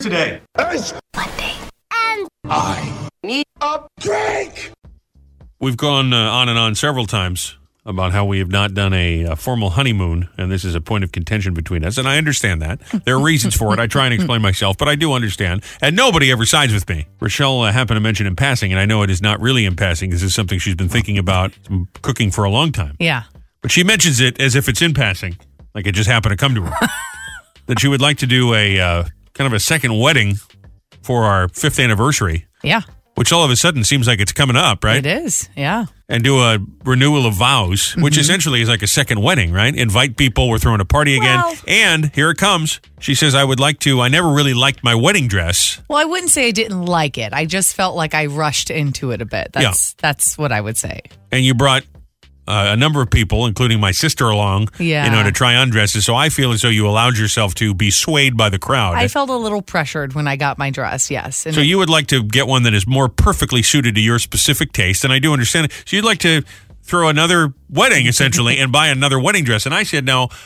today. We've gone uh, on and on several times about how we have not done a, uh formal honeymoon, and this is a point of contention between us. And I understand that. There are reasons for it. I try and explain myself, but I do understand. And nobody ever sides with me. Rochelle uh, happened to mention in passing, and I know it is not really in passing. This is something she's been thinking about mm, cooking for a long time. Yeah. But she mentions it as if it's in passing, like it just happened to come to her. that she would like to do a uh, kind of a second wedding for our fifth anniversary, Yeah. which all of a sudden seems like it's coming up, right? It is. Yeah. and do a renewal of vows, Mm-hmm. which essentially is like a second wedding, right? Invite people, we're throwing a party again. Well- and here it comes. She says, I would like to, I never really liked my wedding dress. Well, I wouldn't say I didn't like it. I just felt like I rushed into it a bit. That's that's what I would say. And you brought uh, a number of people, including my sister, along, you Yeah. know, to try on dresses. So I feel as though you allowed yourself to be swayed by the crowd. I felt a little pressured when I got my dress. Yes. And so you would like to get one that is more perfectly suited to your specific taste. And I do understand. it. So you'd like to throw another wedding, essentially, and buy another wedding dress. And I said, no.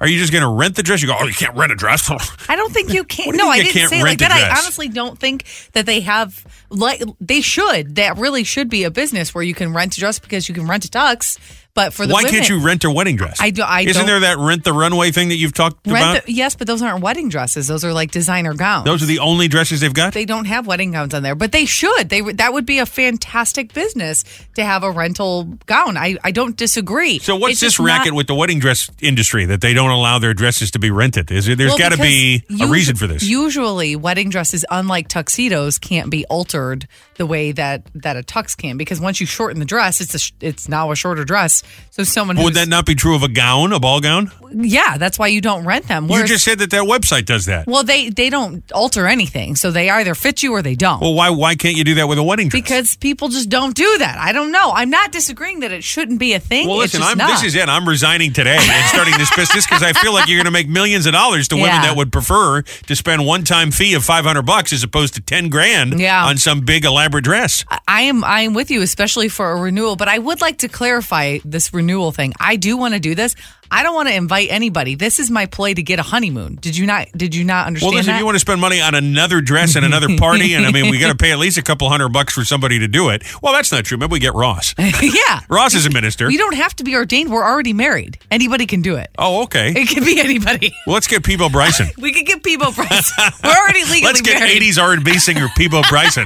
Are you just going to rent the dress? You go, oh, you can't rent a dress. I don't think you can. What do you no, mean I you didn't can't say it like rent a that. I dress? honestly don't think that they have like they should. That really should be a business where you can rent a dress because you can rent a tux. But for the Why women, can't you rent a wedding dress? I do- I Isn't don't- there that rent the runway thing that you've talked about? rent? The, yes, but those aren't wedding dresses. Those are like designer gowns. Those are the only dresses they've got. they don't have wedding gowns on there, but they should. They would- that would be a fantastic business to have a rental gown. I, I don't disagree. so what's It's this just not- racket with the wedding dress industry that they don't allow their dresses to be rented? Is there, There's Well, got to because be a usu- reason for this. Usually, wedding dresses, unlike tuxedos, can't be altered the way that that a tux can because once you shorten the dress, it's a sh- it's now a shorter dress. So someone Would who's, that not be true of a gown, a ball gown? yeah, that's why you don't rent them. You Whereas- just said that that website does that. well, they they don't alter anything, so they either fit you or they don't. Well, why why can't you do that with a wedding dress? because people just don't do that. I don't know. I'm not disagreeing that it shouldn't be a thing. well, It's listen, just I'm, not. this is it. I'm resigning today and starting this business because I feel like you're going to make millions of dollars to women Yeah. that would prefer to spend one time fee of 500 bucks as opposed to 10 grand Yeah. on some big elaborate dress. I am I am with you, especially for a renewal. But I would like to clarify this renewal thing. I do want to do this. I don't want to invite anybody. This is my play to get a honeymoon. Did you not? Did you not understand Well, listen, that? if you want to spend money on another dress and another party, and I mean, we got to pay at least a couple hundred bucks for somebody to do it. Well, that's not true. Maybe we get Ross. yeah, Ross is a minister. you don't have to be ordained. We're already married. Anybody can do it. Oh, okay. It could be anybody. Well, let's get Peebo Bryson. We could get Peebo Bryce. We're already legally Let's get married. 80s R&B singer Peebo Bryson.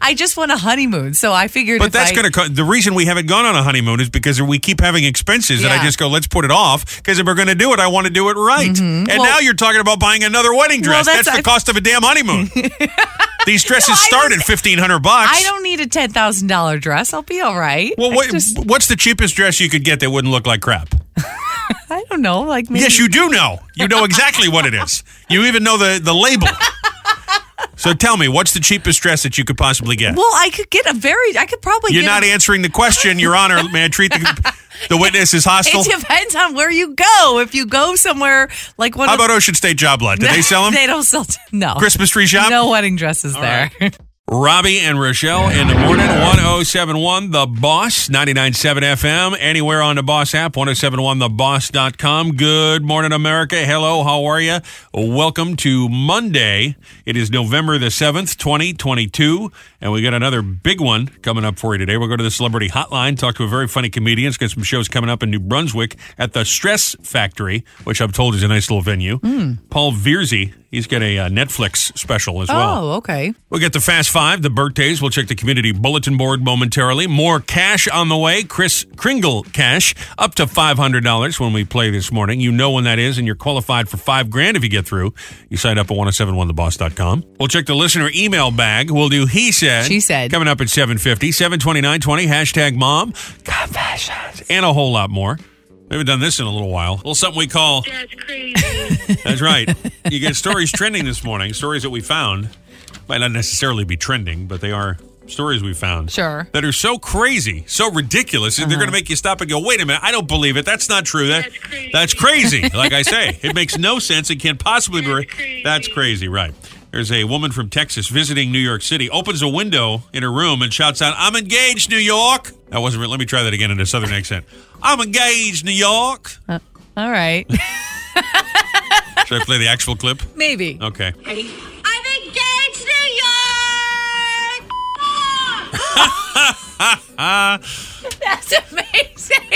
I just want a honeymoon, so I figured. But if that's I- going to co- the reason we haven't gone on a honeymoon is because we keep having expenses, and I Yeah. just go, let's put it off because if we're going to do it, I want to do it right. And Mm-hmm. Well- now you're talking about buying another wedding Well, dress. that's- that's the I- cost of a damn honeymoon. These dresses I start at was- fifteen hundred bucks. I don't need a ten thousand dollar dress. I'll be all right. Well, I what, just- what's the cheapest dress you could get that wouldn't look like crap? I don't know. Like maybe Yes, you do know. You know exactly what it is. You even know the, the label. So tell me, what's the cheapest dress that you could possibly get? Well, I could get a very. I could probably. You're get not a, answering the question, Your Honor. May I treat the, the witness as hostile? It depends on where you go. If you go somewhere like one How of about Ocean State Job Lot? Do they sell them? they don't sell. No Christmas tree shop? No wedding dresses there. Robbie and Rochelle in the morning, 1071 The Boss, 997 FM, anywhere on the Boss app, 1071theboss.com. Good morning, America. Hello, how are you? Welcome to Monday. It is November the 7th, 2022, and we got another big one coming up for you today. We'll go to the celebrity hotline, talk to a very funny comedian. It's got some shows coming up in New Brunswick at the Stress Factory, which I'm told is a nice little venue. Paul Vierzy, he's got a uh, Netflix special as well. Oh, okay. We'll get the Fast Five, the birthdays. We'll check the community bulletin board momentarily. More cash on the way. Chris Kringle cash up to $500 when we play this morning. You know when that is, and you're qualified for five grand if you get through. You sign up at 1071theboss.com. We'll check the listener email bag. We'll do He Said. She Said. Coming up at 750, 72920, hashtag mom, confessions, and a whole lot more. We haven't done this in a little while. A little something we call That's crazy. that's right. You get stories trending this morning, stories that we found. Might not necessarily be trending, but they are stories we found. Sure. That are so crazy, so ridiculous, that they're going to make you stop and go, wait a minute, I don't believe it. That's not true. That, That's crazy." That's crazy. Like I say, it makes no sense. It can't possibly be. That's crazy. That's crazy, right. There's a woman from Texas visiting New York City, opens a window in her room and shouts out, I'm engaged, New York. That wasn't real. Let me try that again in a southern accent. I'm engaged, New York. All right. Should I play the actual clip? Maybe. Okay. I'm engaged, New York! That's amazing.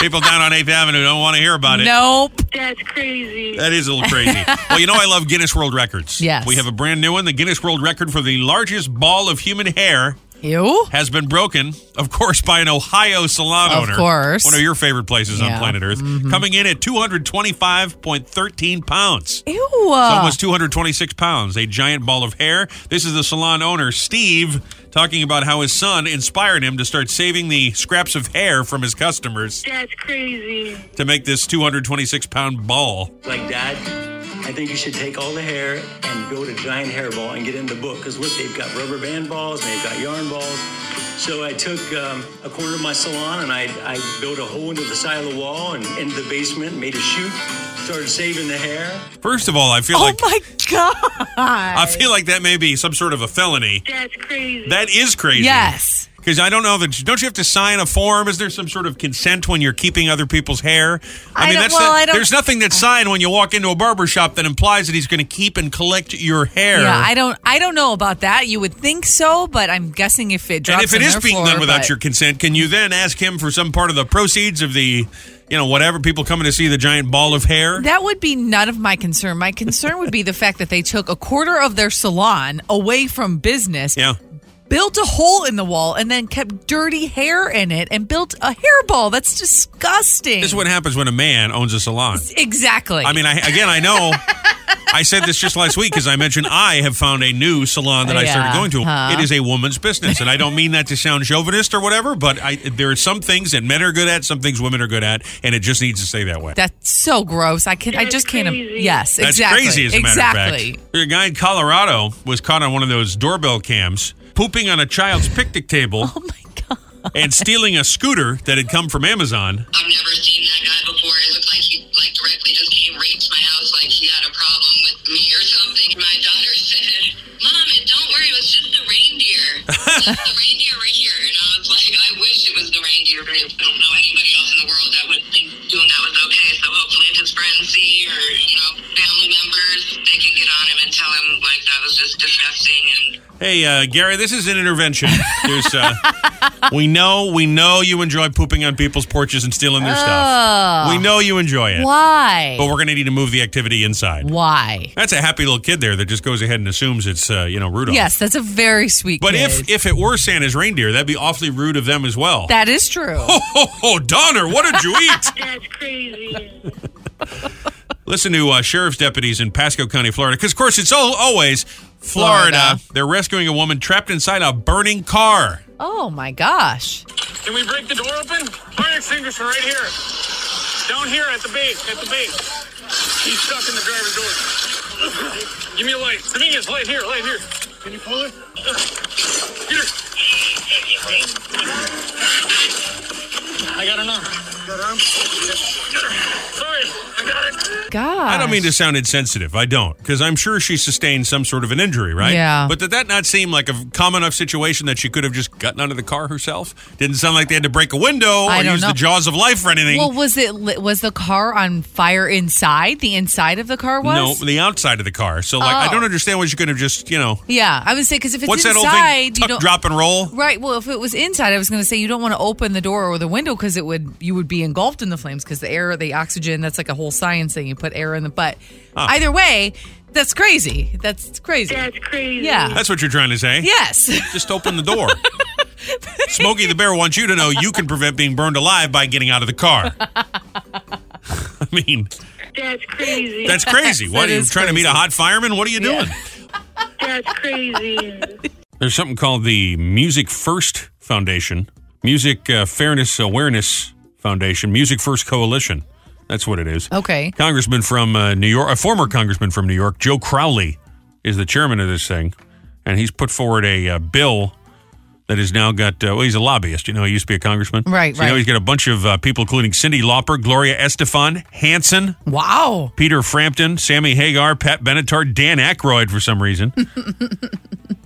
People down on 8th Avenue don't want to hear about it. nope. That's crazy. That is a little crazy. well, you know I love Guinness World Records. Yes. We have a brand new one. The Guinness World Record for the largest ball of human hair You? has been broken, of course, by an Ohio salon Of owner. course. One of your favorite places on Yeah. Mm-hmm. planet Earth. Coming in at 225.13 pounds. Ew. It's almost 226 pounds, a giant ball of hair. This is the salon owner, Steve, talking about how his son inspired him to start saving the scraps of hair from his customers That's crazy. to make this 226 pound ball. Like, Dad, I think you should take all the hair and go to Giant Hairball and get in the book. Because look, they've got rubber band balls and they've got yarn balls. So I took um, a corner of my salon and I, I built a hole into the side of the wall and into the basement, made a chute, started saving the hair. First of all, I feel oh like my God. I feel like that may be some sort of a felony. That's crazy. That is crazy. Yes. Because I don't know that. Don't you have to sign a form? Is there some sort of consent when you're keeping other people's hair? I don't- well, not- I don't- there's nothing that's signed when you walk into a barber shop that implies that he's going to keep and collect your hair. Yeah, I don't. I don't know about that. You would think so, but I'm guessing if it drops and if it on is their being floor, done without but- your consent, can you then ask him for some part of the proceeds of the, you know, whatever people coming to see the giant ball of hair? That would be none of my concern. My concern would be the fact that they took a quarter of their salon away from business, yeah. built a hole in the wall, and then kept dirty hair in it and built a hairball. That's disgusting. This is what happens when a man owns a salon. exactly. I mean, I, again, I know. I said this just last week because I mentioned I have found a new salon that I started Yeah, going to. huh. It is a woman's business, and I don't mean that to sound chauvinist or whatever, but I, there are some things that men are good at, some things women are good at, and it just needs to stay that way. that's so gross. I can. I That's just can't. crazy. Yes, That's exactly. crazy, as a matter exactly. of fact. A guy in Colorado was caught on one of those doorbell cams pooping on a child's picnic table Oh my god. and stealing a scooter that had come from Amazon. I've never seen that guy before. It looked like he like directly just came right to my house, like he had a problem with me or something. My daughter said, "Mom, and don't worry, it was just the reindeer. just the reindeer were here." And I was like, "I wish it was the reindeer, but I don't know anybody else in the world that would think doing that was okay." So hopefully, if his friends see or you know family members, they can get on him and tell him like that was just disgusting and. Hey, uh, Gary, this is an intervention. There's, uh, we know, we know you enjoy pooping on people's porches and stealing their stuff. We know you enjoy it, but Oh. Why? we're going to need to move the activity inside. Why? That's a happy little kid there that just goes ahead and assumes it's, uh, you know, Rudolph. Yes, that's a very sweet. But kid. if if it were Santa's reindeer, that'd be awfully rude of them as well. that is true. oh, oh, Donner, what did you eat? That's crazy. Listen to uh, sheriff's deputies in Pasco County, Florida, because of course it's all, always Florida. Florida. They're rescuing a woman trapped inside a burning car. oh my gosh. Can we break the door open? Fire extinguisher right here. Down here at the base, at the base. He's stuck in the driver's door. Give me a light. Dominguez, light here, light here. Can you pull it? Here. I got enough. Got arm? Got her. Sorry, I got it. Gosh. I don't mean to sound insensitive. I don't, because I'm sure she sustained some sort of an injury, right? Yeah. But did that not seem like a common enough situation that she could have just gotten out of the car herself? Didn't sound like they had to break a window I or don't use know. the jaws of life or anything. Well, was it li- was the car on fire inside? The inside of the car no, was. the outside of the car. So, like, I Oh. don't understand why she could have just, you know, Yeah, I would say because if it's what's inside, that old thing? you Tuck, don't. drop, and roll. Right. Well, if it was inside, I was going to say you don't want to open the door or the window because it would you would be engulfed in the flames because the air, the oxygen. That's like a whole science thing. You put air in the butt. Ah. Either way, that's crazy. That's crazy. That's crazy. Yeah. That's what you're trying to say. yes. Just open the door. Smokey the Bear wants you to know you can prevent being burned alive by getting out of the car. I mean, That's crazy. that's crazy. what that are you is trying to meet a crazy. hot fireman? What are you doing? That's crazy. There's something called the Music First Foundation, Music uh, Fairness Awareness Foundation, Music First Coalition. That's what it is. Okay. Congressman from uh, New York, a former congressman from New York, Joe Crowley, is the chairman of this thing, and he's put forward a uh, bill that has now got. Uh, well, he's a lobbyist. You know, he used to be a congressman, Right, So, You know, right. he's got a bunch of uh, people, including Cindy Lauper, Gloria Estefan, Hanson, Wow. Peter Frampton, Sammy Hagar, Pat Benatar, Dan Aykroyd for some reason.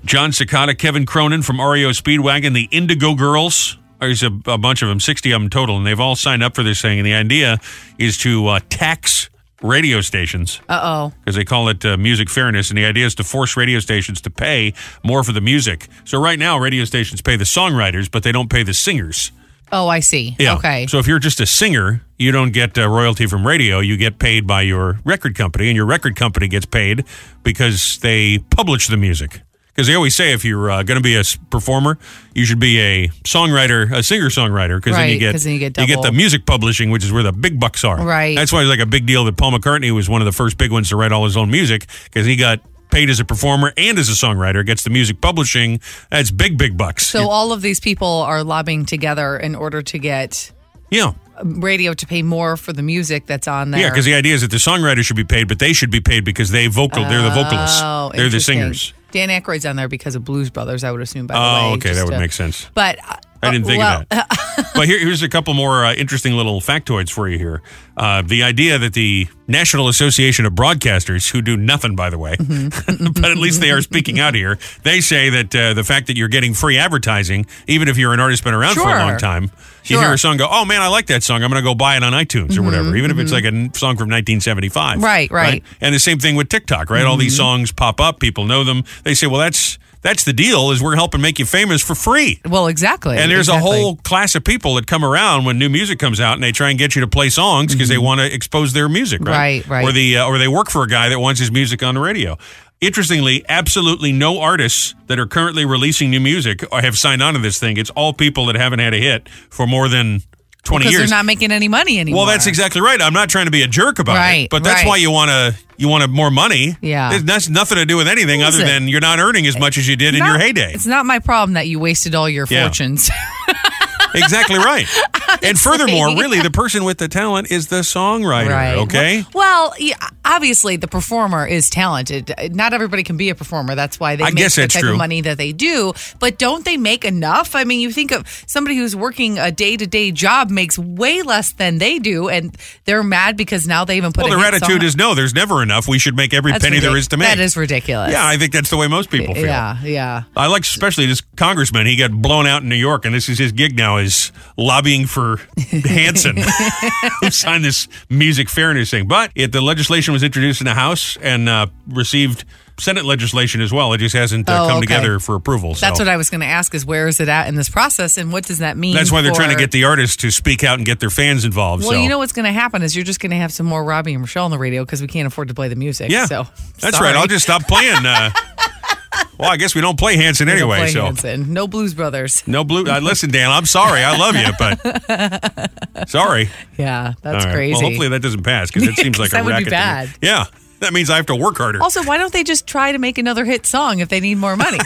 John Cicada, Kevin Cronin from REO Speedwagon, the Indigo Girls. There's a, a bunch of them, 60 of them total, and they've all signed up for this thing. And the idea is to uh, tax radio stations Uh oh. because they call it uh, music fairness, and the idea is to force radio stations to pay more for the music. So right now, radio stations pay the songwriters, but they don't pay the singers. Oh, I see. Yeah. Okay. So if you're just a singer, you don't get uh, royalty from radio. You get paid by your record company, and your record company gets paid because they publish the music. Because they always say if you're uh, going to be a s- performer, you should be a songwriter, a singer songwriter, because then you Right, get 'cause then you get the double. music publishing, which is where the big bucks are. Right. That's why it's like a big deal that Paul McCartney was one of the first big ones to write all his own music because he got paid as a performer and as a songwriter, gets the music publishing. That's big, big bucks. So all of these people are lobbying together in order to get um, yeah. radio to pay more for the music that's on there. Yeah, because the idea is that the songwriters should be paid, but they should be paid because they vocal. they're the vocalists. Oh, they're the interesting. singers. Dan Aykroyd's on there because of Blues Brothers, I would assume. By the Oh, way, okay, just that would to- make sense. But uh, I didn't think well, of that. but here, here's a couple more uh, interesting little factoids for you here. Uh, the idea that the National Association of Broadcasters, who do nothing, by the way, Mm-hmm. but at least they are speaking out here, they say that uh, the fact that you're getting free advertising, even if you're an artist been around for a Sure. long time, you Sure. Mm-hmm. hear a song go, oh man, I like that song. I'm going to go buy it on iTunes or whatever, even if it's like a n- song from 1975. Right, right. Mm-hmm. And the same thing with TikTok, right? All these songs pop up, people know them. They say, well, that's. That's the deal is we're helping make you famous for free. Well, exactly. And there's exactly. a whole class of people that come around when new music comes out, and they try and get you to play songs because they want to expose their music, right? Mm-hmm. Right, right. Or the uh, or they work for a guy that wants his music on the radio. Interestingly, absolutely no artists that are currently releasing new music or have signed on to this thing. It's all people that haven't had a hit for more than twenty because years. they're not making any money anymore. well, that's exactly right. I'm not trying to be a jerk about it, Right, but that's right. why you want to you want more money. Yeah. There's- that's nothing to do with anything Is other it? than you're not earning as much as you did in your Not- heyday. It's not my problem that you wasted all your Yeah. fortunes. Exactly right. and furthermore, saying. really, the person with the talent is the songwriter. Okay. Well, yeah, obviously the performer is talented. Not everybody can be a performer. That's why they I make guess the that's type true. of money that they do. But don't they make enough? I mean, you think of somebody who's working a day to day job makes way less than they do, and they're mad because now they even put. Well, a their hit song- attitude is no. There's never enough. We should make every That's penny there ridic- is to make. That is ridiculous. Yeah, I think that's the way most people feel. yeah, yeah. I like especially this congressman. He got blown out in New York, and this is his gig now is lobbying for Hanson, who signed this music fairness thing. But it, the legislation was introduced in the House and uh, received Senate legislation as well. It just hasn't uh, Oh, come okay. together for approval. That's so. what I was going to ask: is where is it at in this process, and what does that mean? That's why they're trying to for- get the artists to speak out and get their fans involved. Well, so. you know what's going to happen is you're just going to have some more Robbie and Michelle on the radio because we can't afford to play the music. Yeah, so that's right. sorry. I'll just stop playing. Uh, well, I guess we don't play Hanson We don't anyway. play So Hanson. no Blues Brothers. no blue. Uh, listen, Dan, I'm sorry. I love you, but sorry. Yeah, that's All right. crazy. Well, hopefully that doesn't pass because it seems like a That would be racket. to me. bad. Oh, Yeah, that means I have to work harder. also, why don't they just try to make another hit song if they need more money?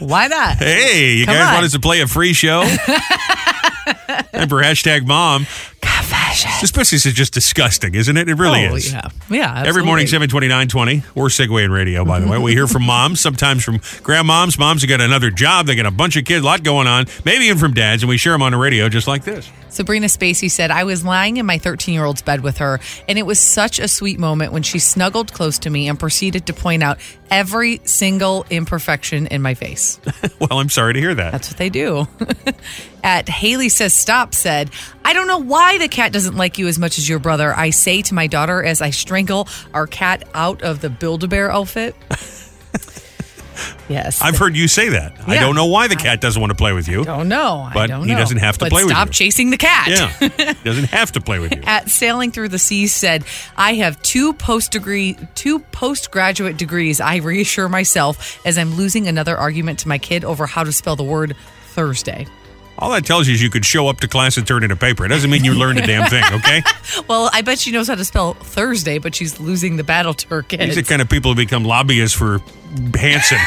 why not? Hey, you Come guys on. want us to play a free show? and for hashtag mom, especially this is just disgusting, isn't it? It really Oh, is. yeah, yeah. Every morning, absolutely. 72920. We're Segway and Radio, by the way. We hear from moms, sometimes from grandmoms. Moms have got another job. They got a bunch of kids, a lot going on, maybe even from dads, and we share them on the radio just like this. Sabrina Spacey said, I was lying in my 13 year old's bed with her, and it was such a sweet moment when she snuggled close to me and proceeded to point out every single imperfection in my face. Well, I'm sorry to hear that. That's what they do. At Haley says stop said, I don't know why the cat doesn't like you as much as your brother. I say to my daughter as I strangle our cat out of the Build-A-Bear outfit. yes. I've heard you say that. I Yeah. don't know why the cat doesn't want to play with you. don't know. I But don't he know. doesn't have to But play with stop you. chasing the cat. Yeah, doesn't have to play with you. At Sailing Through the Seas said, I have two post degree two postgraduate degrees. I reassure myself as I'm losing another argument to my kid over how to spell the word Thursday. All that tells you is you could show up to class and turn in a paper. It doesn't mean you learned a damn thing, okay? Well, I bet she knows how to spell Thursday, but she's losing the battle to her kids. These are the kind of people who become lobbyists for Hanson.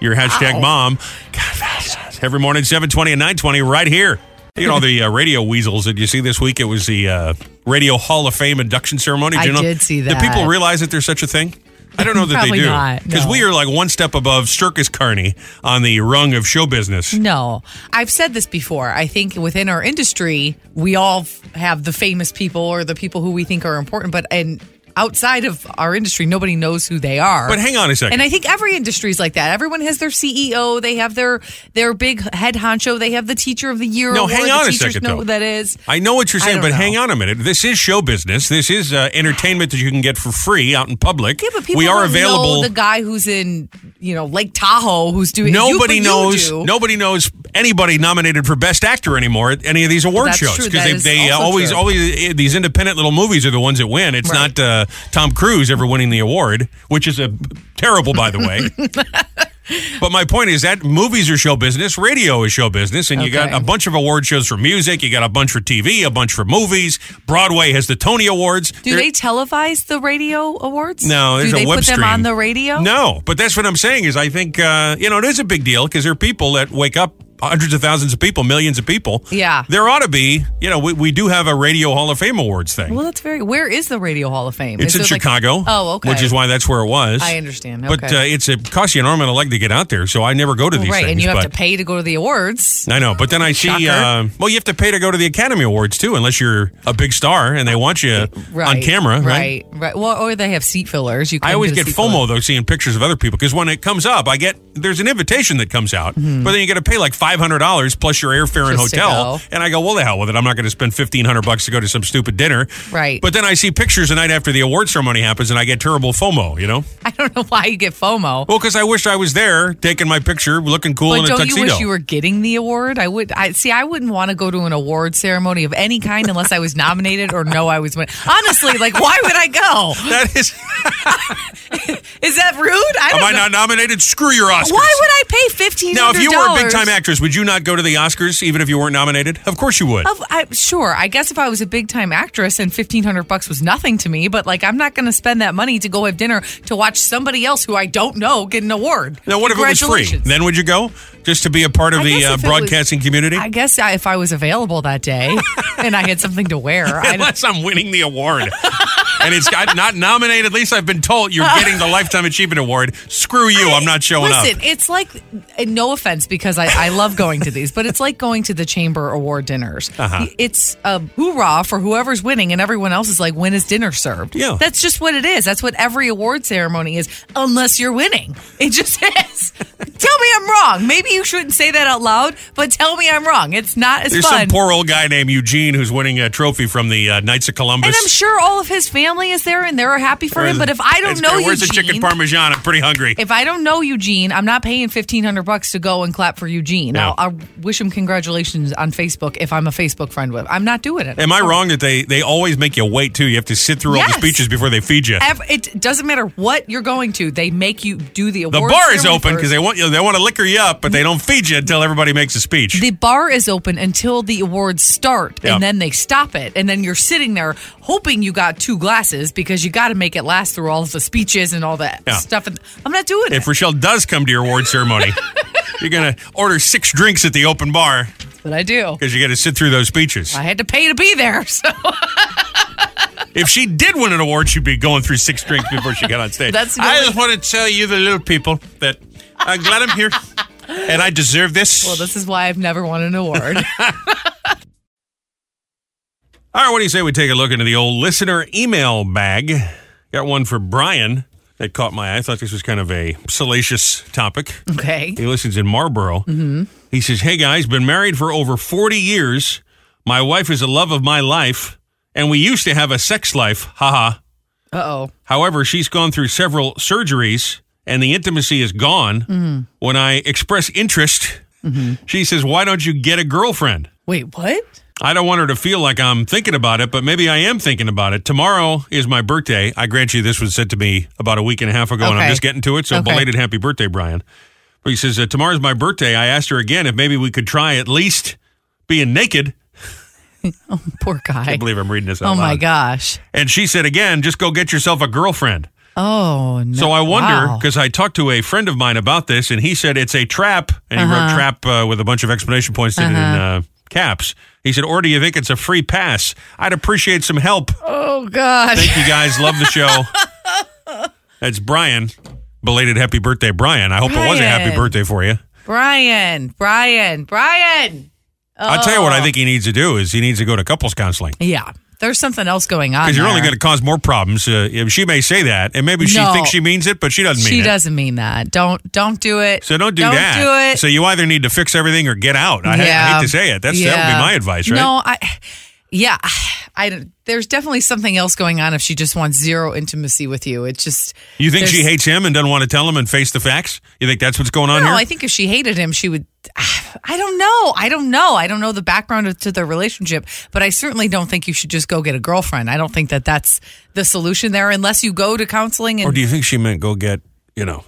Your hashtag mom. Every morning, 720 and 920, right here. You know, the uh, radio weasels that you see this week, it was the uh, Radio Hall of Fame induction ceremony. Do I you know- did see Do that. people realize that there's such a thing? I don't know that they Probably do. not, Because no. we are like one step above circus carney on the rung of show business. no, I've said this before. I think within our industry, we all f- have the famous people or the people who we think are important, but and outside of our industry, nobody knows who they are. But hang on a second. And I think every industry is like that. Everyone has their CEO. They have their their big head honcho. They have the teacher of the year. No, award. hang The on a teachers second, Know though. who that is. I know what you're I saying, don't but know. hang on a minute. This is show business. This is uh, entertainment that you can get for free out in public. Yeah, but people we are don't available. Know the guy who's in you know Lake Tahoe who's doing you- nobody but you knows. do. Nobody knows anybody nominated for best actor anymore at any of these award That's shows true. That they, is they uh, also always true. always uh, these independent little movies are the ones that win. It's Right. not uh, Tom Cruise ever winning the award, which is a terrible, by the way. But my point is that movies are show business, radio is show business, and you got Okay. a bunch of award shows for music, you got a bunch for TV, a bunch for movies. Broadway has the Tony Awards. Do There- they televise the radio awards? no, do there's they a web put stream. them on the radio? No, but that's what I'm saying is I think uh, you know it is a big deal because there are people that wake up hundreds of thousands of people, millions of people. Yeah. there ought to be. You know, we, we do have a radio Hall of Fame awards thing. Well, that's very. Where is the Radio Hall of Fame? it's in Is it like- Chicago. oh, okay. Which is why that's where it was. I understand. But Okay. uh, it's it costs you an arm and a leg to get out there, so I never go to these right, things. and you have but- to pay to go to the awards. I know, but then I see. Shocker. Uh, well, you have to pay to go to the Academy Awards too, unless you're a big star and they want you Right, on camera, right? Right. Well, or they have seat fillers. You. I couldn't always a get seat FOMO filler. though, seeing pictures of other people because when it comes up, I get there's an invitation that comes out, but then you got to pay like five hundred dollars plus your airfare and Mm-hmm. Just to hotel, go. and I go, well, the hell with it. I'm not going to spend fifteen hundred bucks to go to some stupid dinner, Right. But then I see pictures the night after the award ceremony happens, and I get terrible FOMO, you know. I don't know why you get FOMO. Well, because I wish I was there taking my picture, looking cool in but a don't tuxedo. you wish you were getting the award? I would. I see. I wouldn't want to go to an award ceremony of any kind unless I was nominated or know I was winning. Honestly, like why would I go? that is, Is that rude? I don't am I know. not nominated? Screw your Oscars. Why would I pay fifteen? Now, if you were a big time actress, would you not go to the Oscars even if you weren't nominated? Of course you would. Of, I, sure, I guess if I was a big time actress and fifteen hundred bucks was nothing to me, but like I'm not going to spend that money to go have dinner to watch somebody else who I don't know get an award. Now, what if it was free? Congratulations. Then would you go just to be a part of I the guess uh, if it broadcasting was- community? I guess I, if I was available that day and I had something to wear, I don't- Unless I'm winning the award. and it's got not nominated. At least I've been told you're getting the Lifetime Achievement Award. Screw you. I'm not showing Listen, up. it's like, and no offense because I, I love going to these, but it's like going to the chamber award dinners. Uh-huh. It's a hoorah for whoever's winning, and everyone else is like, when is dinner served? Yeah. That's just what it is. That's what every award ceremony is, unless you're winning. It just is. tell me I'm wrong. Maybe you shouldn't say that out loud, but tell me I'm wrong. It's not as There's some fun. poor old guy named Eugene who's winning a trophy from the uh, Knights of Columbus. and I'm sure all of his family is there and they're happy for him. But if I don't It's- know where's Eugene, the chicken parmesan? I'm pretty hungry. if I don't know Eugene, I'm not paying fifteen hundred bucks to go and clap for Eugene. No. I'll, I'll wish him congratulations on Facebook if I'm a Facebook friend with. I'm not doing it. Am I wrong that they, they always make you wait too? You have to sit through all Yes. the speeches before they feed you. Ev- It doesn't matter what you're going to. They make you do the the award. bar is ceremony open because first. they want you. They want to liquor you up, but they don't feed you until everybody makes a speech. The bar is open until the awards start, Yeah. and then they stop it, and then you're sitting there hoping you got two glasses because you got to make it last through all of the speeches and all that Yeah. stuff. And I'm not doing if it. Rochelle does come to your award ceremony, you're going to order six drinks at the open bar But I do. because you got to sit through those speeches. I had to pay to be there, so If she did win an award, she'd be going through six drinks before she got on stage. That's the I only- just want to tell you, the little people, that I'm glad I'm here and I deserve this. well, this is why I've never won an award. All right, what do you say we take a look into the old listener email bag? Got one for Brian that caught my eye. I thought this was kind of a salacious topic. okay. He listens in Marlboro. Mm-hmm. He says, Hey guys, been married for over 40 years. My wife is the love of my life, and we used to have a sex life. Haha. Uh oh. However, she's gone through several surgeries, and the intimacy is gone. When I express interest, she says, Why don't you get a girlfriend? Wait, what? I don't want her to feel like I'm thinking about it, but maybe I am thinking about it. Tomorrow is my birthday. I grant you, this was said to me about a week and a half ago, and I'm Okay. just getting to it. So Okay. belated happy birthday, Brian. But he says, uh, Tomorrow's my birthday. I asked her again if maybe we could try at least being naked. Poor I guy. can't believe I'm reading this out Oh my loud. gosh. And she said again, just go get yourself a girlfriend. Oh no. So I wonder, Wow. because I talked to a friend of mine about this, and he said it's a trap. And he Uh-huh. wrote trap uh, with a bunch of explanation points in, in uh, caps. He said, or do you think it's a free pass? I'd appreciate some help. Oh gosh. Thank you guys. Love the show. That's Brian. Belated happy birthday, Brian. I hope it was a happy Brian. birthday for you. Brian. Brian. Brian. Oh. I'll tell you what I think he needs to do is he needs to go to couples counseling. Yeah. There's something else going on. Because you're only there. going to cause more problems. Uh, if she may say that, and maybe she No. thinks she means it, but she doesn't mean She it. doesn't mean that. Don't don't do it. So don't do don't that. Do it. So you either need to fix everything or get out. I, ha- I hate to say it. That's that would Yeah. be my advice, right? No, I. Yeah, I don't. There's definitely something else going on if she just wants zero intimacy with you. It's just You think she there's- hates him and doesn't want to tell him and face the facts? You think that's what's going on No, here? I think if she hated him, she would. I don't know. I don't know. I don't know the background to their relationship, but I certainly don't think you should just go get a girlfriend. I don't think that that's the solution there, unless you go to counseling and or do you think she meant go get you know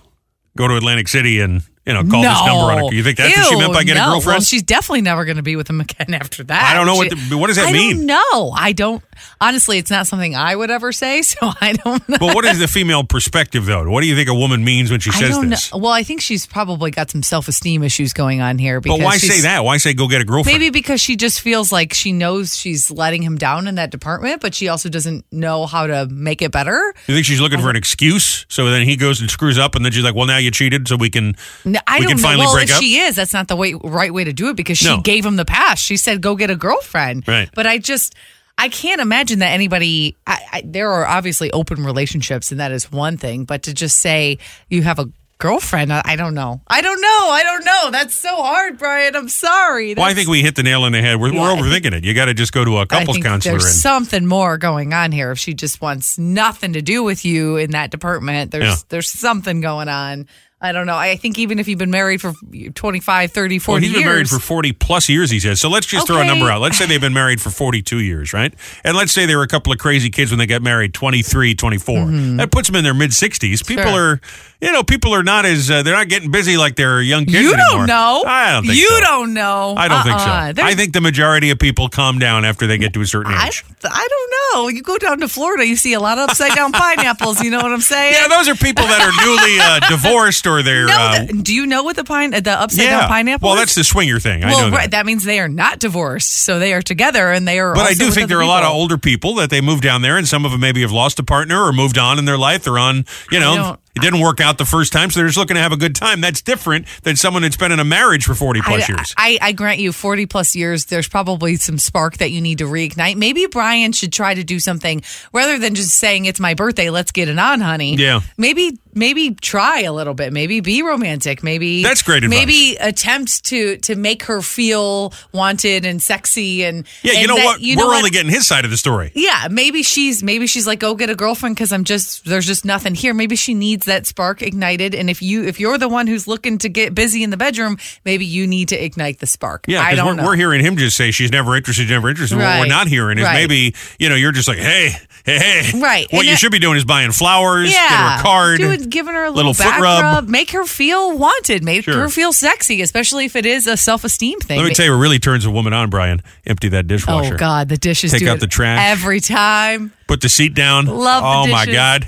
go to Atlantic City and you know call this number on No. it? You think that's what she Ew, meant by get no. a girlfriend? Well, she's definitely never going to be with him again after that. I don't know what She- the- what does that I mean? No, I don't. Honestly, it's not something I would ever say, so I don't know. but what is the female perspective though? What do you think a woman means when she I says don't this? know. Well, I think she's probably got some self esteem issues going on here. Because But why she's- say that? Why say go get a girlfriend? Maybe because she just feels like she knows she's letting him down in that department, but she also doesn't know how to make it better. You think she's looking for an excuse? So then he goes and screws up, and then she's like, "Well, now you cheated, so we can No, I we don't can know. finally well, break if up." she is, that's not the way, right way to do it because she No. gave him the pass. She said, "Go get a girlfriend." Right. But I just, I can't imagine that anybody. I, I, there are obviously open relationships, and that is one thing. But to just say you have a girlfriend, I, I don't know. I don't know. I don't know. That's so hard, Brian. I'm sorry. Well, I That's- think we hit the nail on the head. We're, we're Yeah, I overthinking it. You got to just go to a I couples think counselor. There's and something more going on here. If she just wants nothing to do with you in that department, there's Yeah. there's something going on. I don't know. I think even if you've been married for 25, 30, Well, 40 he's years. been married for 40 plus years, he says. So let's just throw a Okay. number out. Let's say they've been married for 42 years, right? And let's say they were a couple of crazy kids when they got married, 23, 24. That puts them in their mid 60s. People Mm-hmm. Sure. are, you know, people are not as, uh, they're not getting busy like their young kids you anymore. don't know. I don't think You so. don't know. I don't think so. Uh-uh. There's- I think the majority of people calm down after they get to a certain I, age. I don't know. You go down to Florida, you see a lot of upside down pineapples. You know what I'm saying? yeah, those are people that are newly uh, divorced or they're. No, uh, the- do you know what the pine the upside yeah. down pineapple? Well, is? that's the swinger thing. I well, know that. right. That means they are not divorced, so they are together, and they are. But I also do with think other there are a lot of people. older people that they moved down there, and some of them maybe have lost a partner or moved on in their life. They're on, you know, don't- it didn't work out the first time, so they're just looking to have a good time. That's different than someone that's been in a marriage for 40 plus I, years. I, I grant you, 40 plus years, there's probably some spark that you need to reignite. Maybe Brian should try to do something rather than just saying, it's my birthday, let's get it on, honey. Yeah. Maybe, maybe try a little bit. Maybe be romantic. Maybe That's great advice. Maybe attempt to to make her feel wanted and sexy. And yeah, you and know that- what? you We're know only what? getting his side of the story. Yeah, maybe she's maybe she's like, go get a girlfriend because I'm just there's just nothing here. Maybe she needs that spark ignited, and if you if you're the one who's looking to get busy in the bedroom, maybe you need to ignite the spark. Yeah, I because don't we're, know. we're hearing him just say she's never interested, never interested. What we're Right. not hearing is Right. maybe, you know, you're just like, hey, hey, hey. Right. What And you that- should be doing is buying flowers, get yeah, her a card. Do it, giving her a little little, foot back rub. rub. make her feel wanted, make Sure. her feel sexy, especially if it is a self esteem thing. Let me tell you what really turns a woman on, Brian. Empty that dishwasher. Oh God, the dishes. Take do out it the trash. every time. put the seat down. Love the Oh my dishes. God.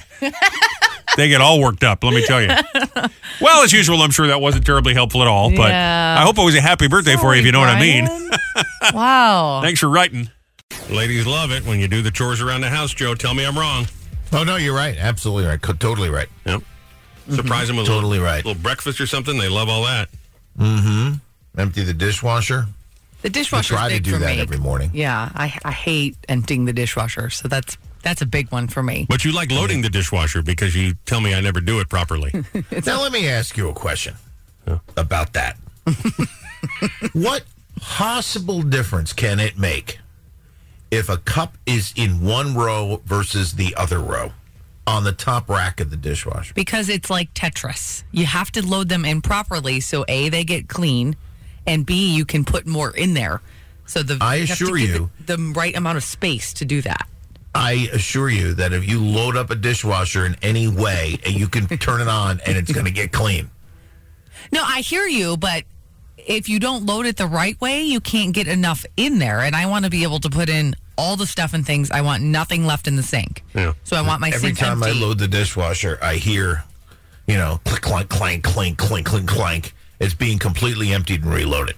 they get all worked up, let me tell you. Well, as usual, I'm sure that wasn't terribly helpful at all, but Yeah. I hope it was a happy birthday for you, if you know what I mean. mean. wow. Thanks for writing. Ladies love it when you do the chores around the house, Joe. Tell me I'm wrong. Mm-hmm. Oh no, you're right. Absolutely right. Co- totally right. Yep. Surprise them with a Totally little, right. little breakfast or something. They love all that. Empty the dishwasher. The I dishwasher's try to big do for that me. every morning. Yeah, I, I hate emptying the dishwasher, so that's that's a big one for me. But you like loading the dishwasher because you tell me I never do it properly. now let me ask you a question about that. what possible difference can it make if a cup is in one row versus the other row on the top rack of the dishwasher? Because it's like Tetris. You have to load them in properly so A they get clean and B you can put more in there. So the I have to assure give you- it the right amount of space to do that. I assure you that if you load up a dishwasher in any way, you can turn it on and it's going to get clean. No, I hear you, but if you don't load it the right way, you can't get enough in there and I want to be able to put in all the stuff and things. I want nothing left in the sink. Yeah. So I want my Every sink time empty. I load the dishwasher, I hear, you know, click, clank, clank, clank, clank, clank, clank. It's being completely emptied and reloaded.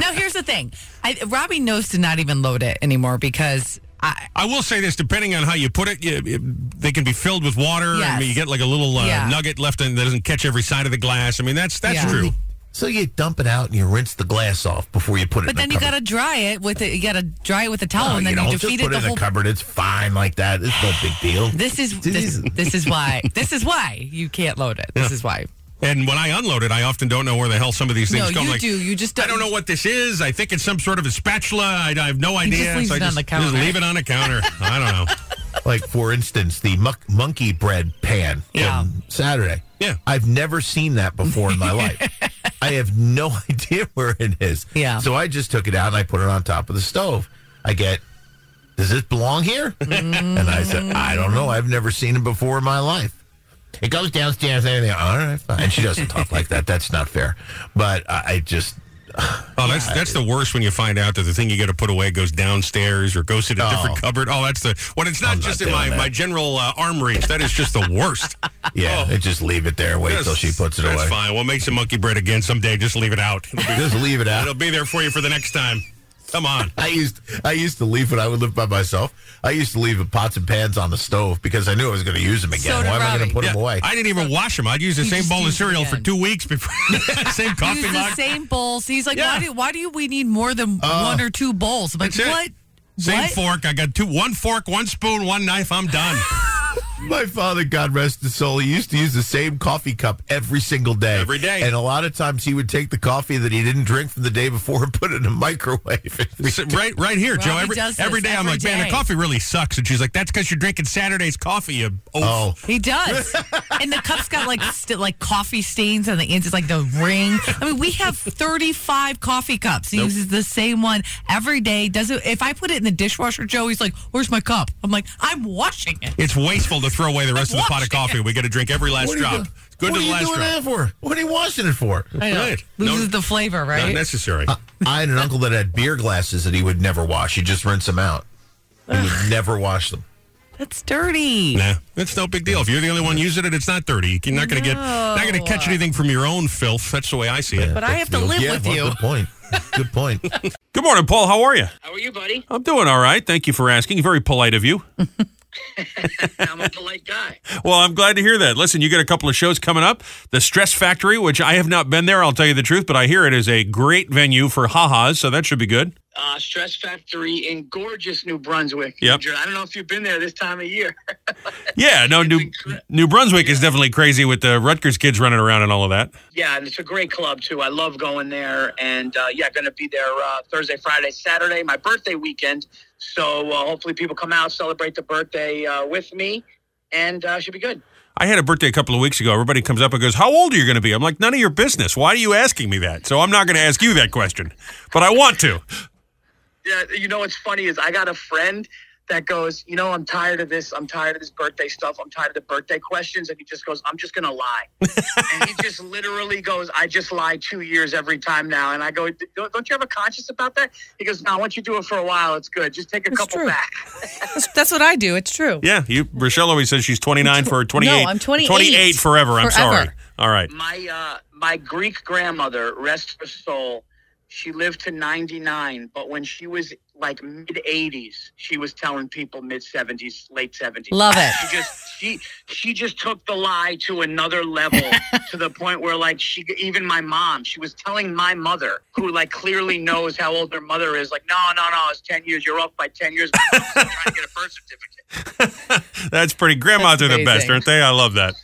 now here's the thing I, robbie knows to not even load it anymore because I, I will say this, depending on how you put it, you, you- they can be filled with water. I Yes. mean, you get like a little uh, Yeah. nugget left in that doesn't catch every side of the glass. I mean, that's that's Yeah. true. So you dump it out and you rinse the glass off before you put it. But in then the you cupboard. gotta dry it with it. You gotta dry it with a towel, No, and then you, don't. just defeated put it the in whole. the cupboard. It's fine like that. It's no big deal. this is this, this is why this is why you can't load it. This is why. And when I unload it, I often don't know where the hell some of these things No, go. I'm you like, do. You just I don't know what this is. I think it's some sort of a spatula. I, I have no idea. just leaves so I it on the counter. Just leave it on the counter. I don't know. like for instance, the muck, monkey bread pan Yeah. on Saturday. Yeah. I've never seen that before in my life. I have no idea where it is. Yeah. So I just took it out and I put it on top of the stove. I get, does this belong here? And I said, I don't know. I've never seen it before in my life. It goes downstairs. And everything. All right, fine. And she doesn't talk like that. That's not fair. But I, I just Oh, that's that's the worst when you find out that the thing you got to put away goes downstairs or goes in a different Oh. cupboard. Oh, that's the when it's not I'm not just in doing my, that. my general uh, arm reach. That is just the worst. yeah, I just leave it there. Wait till she puts it Oh. that's away. fine. We'll make some monkey bread again someday. Just leave it out. It'll be, Just leave it out. it'll be there for you for the next time. Come on. I used I used to leave when I would live by myself. I used to leave pots and pans on the stove because I knew I was going to use them again. So did Why am I going Robbie. to put Yeah, them away? I didn't even wash them. I'd use the You same just bowl of used it cereal for again. two weeks before. same Use coffee the mug. same bowls. He's like, Yeah. Uh, why do why do you, we need more than one or two bowls? I'm like, That's it. what? Same what? fork. I got two. One fork, one spoon, one knife. I'm done. My father, God rest his soul, he used to use the same coffee cup every single day. Every day. and a lot of times he would take the coffee that he didn't drink from the day before and put it in a microwave. So, right, right here, Joe. Robbie Every, does this every day, I'm every like, man, the day." coffee really sucks. And she's like, that's because you're drinking Saturday's coffee. You oh, oh, He does. and the cup's got like st- like coffee stains on the ends. It's like the ring. I mean, we have 35 coffee cups. He uses the same one every day. Doesn't if I put it in the dishwasher, Joe, he's like, "Where's my cup?" I'm like, "I'm washing it." it's wasteful to throw away the rest of the pot of coffee. We got to drink every last what are you, drop. doing- It's Good what to are the you last doing drop. that for? What are you washing it for? I know. Right. No- Loses the flavor, Not right? necessary. I had an uncle that had beer glasses that he would never wash. He'd just rinse them out. He would never wash them. That's dirty. Nah, it's no big deal. If you're the only one using it, it's not dirty. You're not gonna get, not gonna catch anything from your own filth. That's the way I see it. But I have to live yeah, with well, you. Good point. Good point. Good morning, Paul. How are you? How are you, buddy? I'm doing all right. Thank you for asking. Very polite of you. I'm a polite guy. Well, I'm glad to hear that. Listen, you got a couple of shows coming up. The Stress Factory, which I have not been there, I'll tell you the truth, but I hear it is a great venue for ha-has, so that should be good. Uh, Stress Factory in gorgeous New Brunswick. Yep. New Jer- I don't know if you've been there this time of year. Yeah, no, New, incre- New Brunswick is definitely crazy with the Rutgers kids running around and all of that. yeah, and it's a great club too. I love going there, and uh, yeah, going to be there uh, Thursday, Friday, Saturday, my birthday weekend. So uh, hopefully people come out celebrate the birthday uh, with me, and uh, should be good. I had a birthday a couple of weeks ago. Everybody comes up and goes, How old are you going to be? I'm like, None of your business. Why are you asking me that? So I'm not going to ask you that question, but I want to. Yeah, you know what's funny is I got a friend that goes, you know, I'm tired of this. I'm tired of this birthday stuff. I'm tired of the birthday questions. And he just goes, I'm just gonna lie. and he just literally goes, I just lie two years every time now. And I go, don't don't you have a conscience about that? He goes, No, once you do it for a while, it's good. Just take a couple true. back. That's, that's what I do. It's true. Yeah, you, Rochelle always says she's 29 for 28. I'm 28. 28 forever. I'm Forever. sorry. All right. My uh, my Greek grandmother, rest her soul, she lived to 99, but when she was like mid 80s, she was telling people mid 70s, late 70s. Love it. She just she she just took the lie to another level to the point where like she even my mom, she was telling my mother, who like clearly knows how old her mother is, like, no, no, no, it's 10 years. You're off by 10 years. I'm trying to get a birth certificate. That's pretty. Grandmas That's are the best, amazing. aren't they? I love that.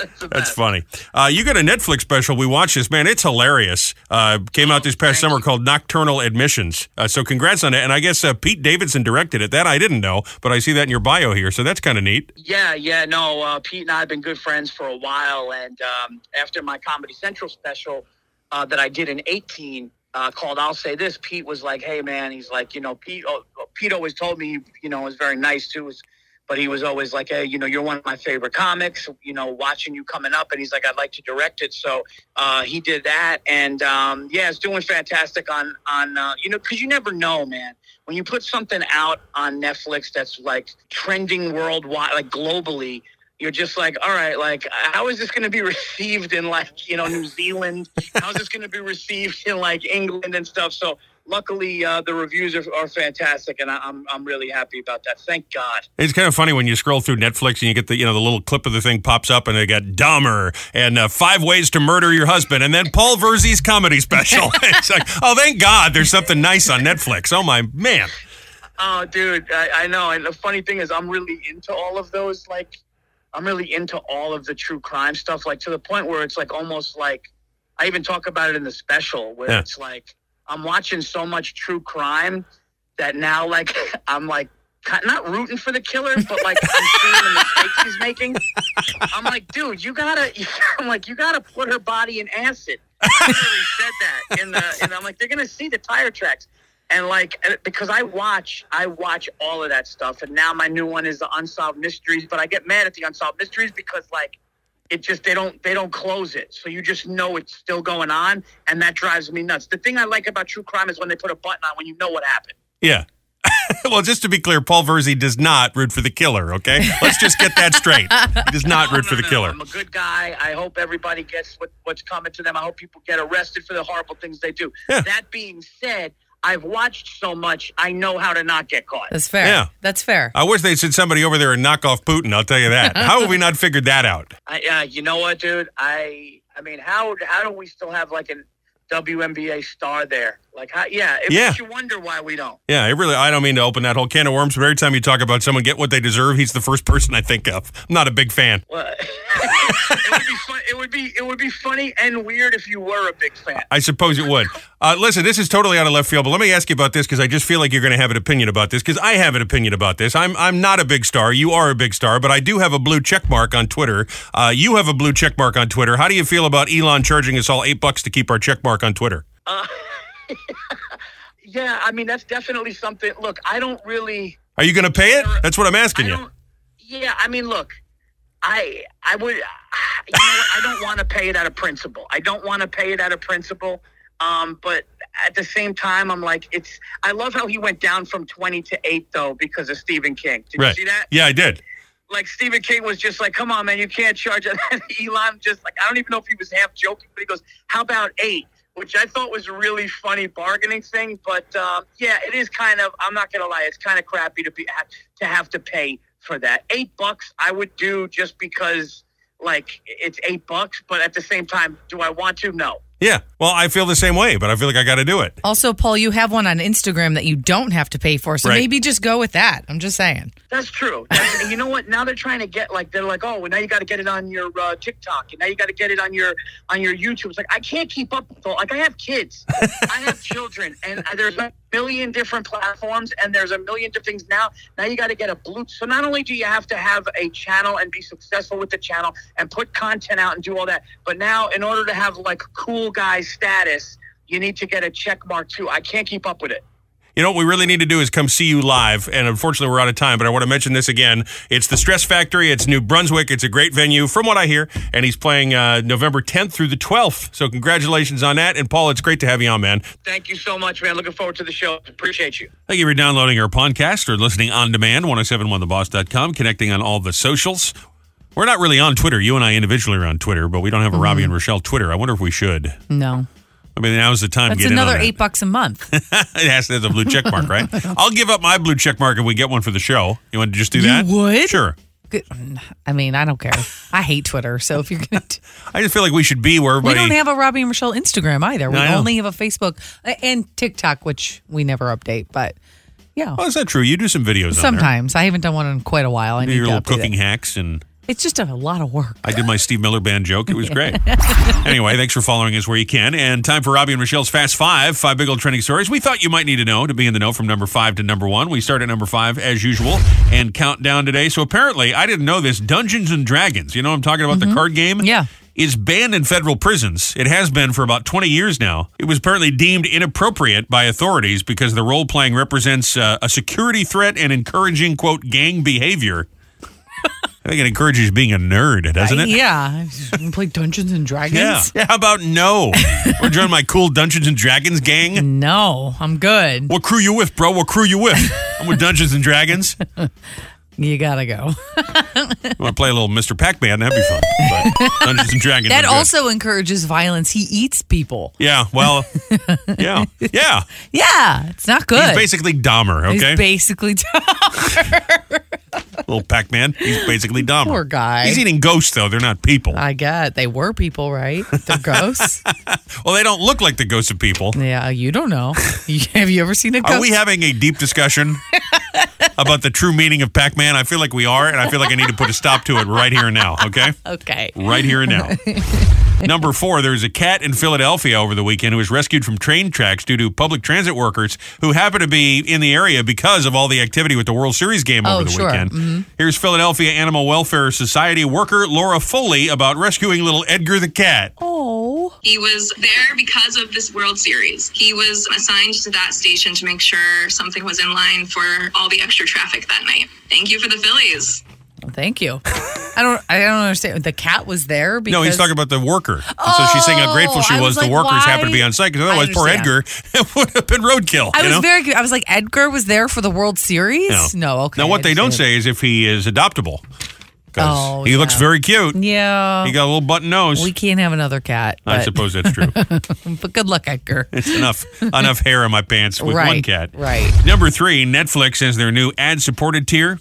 It's the That's best. funny. Uh, you got a Netflix special. We watched this, man. It's hilarious. Uh, came out this past summer called Nocturnal Admissions. Uh, so congrats on it. And I guess uh, Pete Davidson directed it. That I didn't know, but I see that in your bio here. So that's kind of neat. Yeah, yeah, no. Uh, Pete and I have been good friends for a while, and um, after my Comedy Central special uh, that I did in '18 uh, called "I'll Say This," Pete was like, "Hey, man," he's like, "You know, Pete. Oh, Pete always told me, you know, was very nice too, was, but he was always like, hey, you know, you're one of my favorite comics. You know, watching you coming up, and he's like, I'd like to direct it. So uh, he did that, and um, yeah, it's doing fantastic on on uh, you know, because you never know, man." when you put something out on Netflix that's like trending worldwide, like globally, you're just like, all right, like how is this going to be received in like you know New Zealand? How's this going to be received in like England and stuff? So luckily, uh, the reviews are, are fantastic, and I, I'm I'm really happy about that. Thank God. It's kind of funny when you scroll through Netflix and you get the you know the little clip of the thing pops up and they got Dahmer and uh, Five Ways to Murder Your Husband and then Paul Verzi's comedy special. it's like, oh, thank God, there's something nice on Netflix. Oh my man, Oh, dude, I, I know. And the funny thing is, I'm really into all of those. Like, I'm really into all of the true crime stuff. Like to the point where it's like almost like I even talk about it in the special, where Yeah. it's like I'm watching so much true crime that now, like, I'm like ki- not rooting for the killer, but like I'm seeing the mistakes he's making. I'm like, dude, you gotta. I'm like, you gotta put her body in acid. I literally said that in the. And I'm like, they're gonna see the tire tracks. And like, uh, because I watch, I watch all of that stuff. And now my new one is the unsolved mysteries. But I get mad at the unsolved mysteries because like, it just they don't they don't close it. So you just know it's still going on, and that drives me nuts. The thing I like about true crime is when they put a button on when you know what happened. yeah. well, just to be clear, Paul Verzi does not root for the killer. Okay, let's just get that straight. He does not No, root no, for the no, killer. I'm a good guy. I hope everybody gets what, what's coming to them. I hope people get arrested for the horrible things they do. Yeah. That being said, I've watched so much, I know how to not get caught. That's fair. Yeah. That's fair. I wish they'd sent somebody over there and knock off Putin. I'll tell you that. How have we not figured that out? I, uh, you know what, dude? I, I mean, how how do we still have like an WNBA star there? Like, how, yeah, it Yeah. makes you wonder why we don't. Yeah, it really. I don't mean to open that whole can of worms, but every time you talk about someone get what they deserve, he's the first person I think of. I'm not a big fan. Well, it would be fun, it would be it would be funny and weird if you were a big fan. I suppose it would. Uh, listen, this is totally out of left field, but let me ask you about this because I just feel like you're going to have an opinion about this because I have an opinion about this. I'm I'm not a big star. You are a big star, but I do have a blue check mark on Twitter. Uh, you have a blue check mark on Twitter. How do you feel about Elon charging us all eight bucks to keep our check mark on Twitter? Yeah, I mean that's definitely something. Look, I don't really. Are you going to pay it? That's what I'm I asking you. don't. Yeah, I mean, look, I I would. You know what? I don't want to pay it out of principle. I don't want to pay it out of principle. Um, but at the same time, I'm like, it's. I love how he went down from twenty to eight though because of Stephen King. Did Right? you see that? Yeah, I did. like Stephen King was just like, "Come on, man, you can't charge." it." And Elon just like, I don't even know if he was half joking, but he goes, "How about eight? Which I thought was a really funny bargaining thing, but um, yeah, it is kind of. I'm not gonna lie, it's kind of crappy to be to have to pay for that. Eight bucks, I would do just because like it's eight bucks, but at the same time, do I want to? No. Yeah. Well, I feel the same way, but I feel like I got to do it. Also, Paul, you have one on Instagram that you don't have to pay for, so Right. maybe just go with that. I'm just saying. That's true. That's- and you know what? Now they're trying to get like they're like, oh, well, now you got to get it on your uh, TikTok, and now you got to get it on your on your YouTube. It's like I can't keep up with all. Like I have kids, I have children, and there's a million different platforms, and there's a million different things now. Now you got to get a blue. So not only do you have to have a channel and be successful with the channel and put content out and do all that, but now in order to have like cool guy status, you need to get a check mark too. I can't keep up with it. You know what we really need to do is come see you live, and unfortunately we're out of time. But I want to mention this again. It's the Stress Factory. It's New Brunswick. It's a great venue, from what I hear. And he's playing uh, November 10th through the 12th. So congratulations on that. And Paul, it's great to have you on, man. Thank you so much, man. Looking forward to the show. Appreciate you. Thank you for downloading our podcast or listening on demand. 1071theboss.com. Connecting on all the socials. We're not really on Twitter. You and I individually are on Twitter, but we don't have a Robbie and Rochelle Twitter. I wonder if we should. No. I mean, now's the time. to That's get in on another that. eight bucks a month. it has to have the blue check mark, right? I'll give up my blue check mark if we get one for the show. You want to just do that? would? Sure. Good- I mean, I don't care. I hate Twitter, so if you're going to. I just feel like we should be where We everybody. don't have a Robbie and Rochelle Instagram either. We I know. only have a Facebook a- and TikTok, which we never update, but yeah. oh, is that true? You do some videos. on Sometimes. I haven't done one in quite a while. I there. need do your to little update cooking It. hacks, and It's just a lot of work. I did my Steve Miller Band joke. It was great. anyway, thanks for following us where you can. And time for Robbie and Rochelle's Fast Five: Five big old trending stories we thought you might need to know to be in the know from number five to number one. We start at number five as usual and count down today. So apparently, I didn't know this. Dungeons and Dragons. You know, what I'm talking about the card game. Yeah. is banned in federal prisons. It has been for about 20 years now. It was apparently deemed inappropriate by authorities because the role playing represents uh, a security threat and encouraging, quote, gang behavior. I think it encourages being a nerd, Uh, doesn't it? Yeah. You play Dungeons and Yeah. Dragons? Yeah, How about no? We're joining my cool Dungeons and Dragons Mm. gang. No, I'm good. What crew you with, bro? What crew you with? I'm with Dungeons and Dragons. You got to go. I want to play a little Mr. Pac Man. That'd be fun. But- Dungeons and Dragons. That are good. also encourages violence. He eats people. Yeah. Well. Yeah. Yeah. Yeah, it's not good. He's basically Dahmer. He's Okay. basically Little Pac Man. He's basically Dahmer. poor guy. Uh, He's eating ghosts though. They're not people. I get they were people, right? They're ghosts. well, they don't look like the ghosts of people. yeah, you don't know. You- Have you ever seen a ghost? Are we having a deep discussion about the true meaning of Pac Man? I feel like we are, and I feel like I need to put a stop to it right here and now. Okay. okay. right here and now. Number four, there's a cat in Philadelphia over the weekend who was rescued from train tracks due to public transit workers who happen to be in the area because of all the activity with the World Series game Oh, over the sure. weekend. Here's Philadelphia Animal Welfare Society worker Laura Foley about rescuing little Edgar the cat. Oh, He was there because of this World Series. He was assigned to that station to make sure something was in line for all the extra traffic that night. Thank you for the Phillies. thank you. I don't. I don't understand. The cat was there because No, he's talking about the worker. And so she's saying how grateful she Oh, I was, was the like, workers happened to be why- on site because I otherwise, poor Edgar understand. would have been roadkill. I you was know? very. I was like, Edgar was there for the World Series. No, okay. Now, I what they don't understand. say is if he is adoptable because Oh, he looks yeah. very cute. Yeah, He got a little button nose. Oh. we can't have another cat. I But, suppose that's true. but good luck, Edgar. It's enough enough hair in my pants with one Right, cat. right. Number three, Netflix has their new ad-supported tier.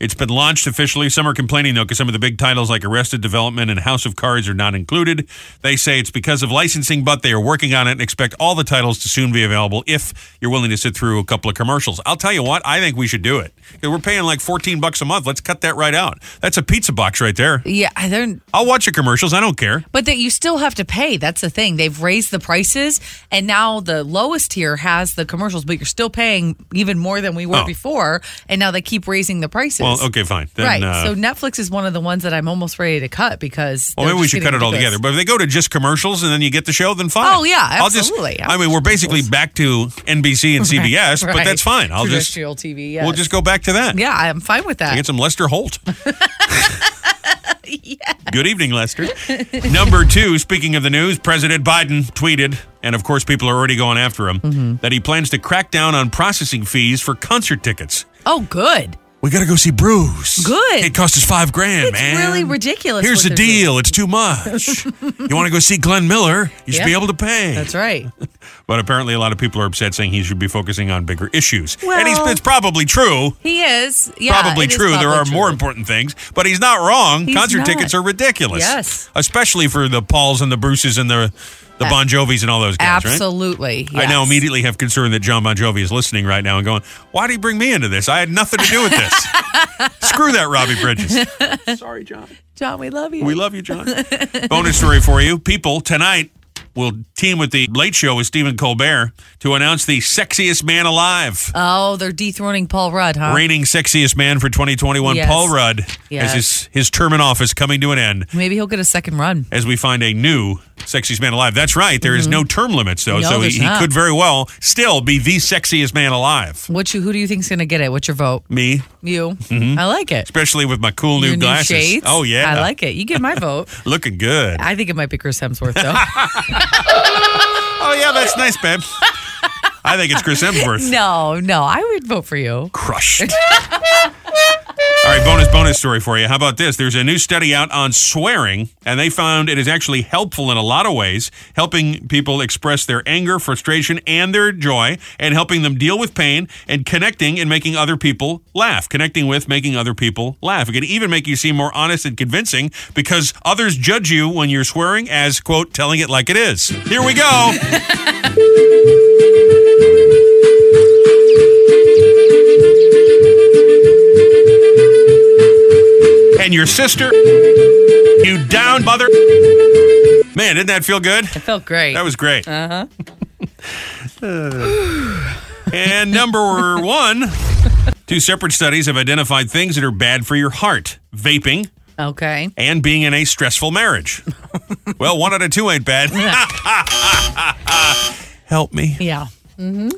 It's been launched officially. Some are complaining though because some of the big titles like Arrested Development and House of Cards are not included. They say it's because of licensing, but they are working on it and expect all the titles to soon be available if you're willing to sit through a couple of commercials. I'll tell you what, I think we should do it. We're paying like 14 bucks a month. Let's cut that right out. That's a pizza box right there. Yeah, I don't. I'll watch your commercials. I don't care. But that you still have to pay. That's the thing. They've raised the prices, and now the lowest tier has the commercials, but you're still paying even more than we were Oh. before. And now they keep raising the prices. Well, okay, fine. Then, right. uh, so Netflix is one of the ones that I'm almost ready to cut because. Well, they're maybe we just should getting cut it all ridiculous. together. But if they go to just commercials and then you get the show, then fine. Oh, yeah, I'll absolutely. just, I mean, we're basically back to NBC and CBS, but Right. that's fine. I'll just Terrestrial TV. Yes. we'll just go back to that. Yeah, I'm fine with that. Get some Lester Holt. Good evening, Lester. Number two, speaking of the news, President Biden tweeted, and of course, people are already going after him, Mm-hmm. that he plans to crack down on processing fees for concert tickets. Oh, good. We got to go see Bruce. Good. It cost us five grand, It's man. really ridiculous Here's what the they're doing. deal. It's too much. you want to go see Glenn Miller? You should Yeah. be able to pay. That's right. But apparently, a lot of people are upset, saying he should be focusing on bigger issues. and he's, Well- it's probably true. He is. Yeah, probably it is true. there probably are true. more important things, but he's not wrong. He's Concert not. tickets are ridiculous. Yes. Uh, Especially for the Pauls and the Bruces and the the A- Bon Jovis and all those guys, right? Absolutely. I now yes. immediately have concern that John Bon Jovi is listening right now and going, "Why do you bring me into this? I had nothing to do with this. Screw that, Robbie Bridges." Sorry, John. John, we love you. We love you, John. Bonus story for you. People tonight will team with the Late Show with Stephen Colbert to announce the sexiest man alive. oh, they're dethroning Paul Rudd, huh? Reigning sexiest man for 2021, Yes. Paul Rudd, as Yes. his, his term in office coming to an end Maybe he'll get a second run. as we find a new sexiest man alive. That's right. There is no term limits, though, Mm-hmm. No, so he, there's he not. could very well still be the sexiest man alive. What you? Who do you think's gonna get it? What's your vote? Me, You. I like it. especially with my cool new Your Mm-hmm. glasses. new shades. Oh, yeah. I like Ah. it. You get my vote. Looking good. I think it might be Chris Hemsworth though. Oh, yeah, that's nice, babe. I think it's Chris Hemsworth. no, no, I would vote for you. crushed. All right, bonus bonus story for you. How about this? There's a new study out on swearing, and they found it is actually helpful in a lot of ways, helping people express their anger, frustration, and their joy, and helping them deal with pain, and connecting and making other people laugh. Connecting with making other people laugh. It can even make you seem more honest and convincing because others judge you when you're swearing as quote telling it like it is. Here we go. and your sister. You down mother. Man, didn't that feel good? It felt great. That was great. Uh-huh. and number one, two separate studies have identified things that are bad for your heart: vaping okay. and being in a stressful marriage. well, one out of two ain't bad. Help me. Yeah.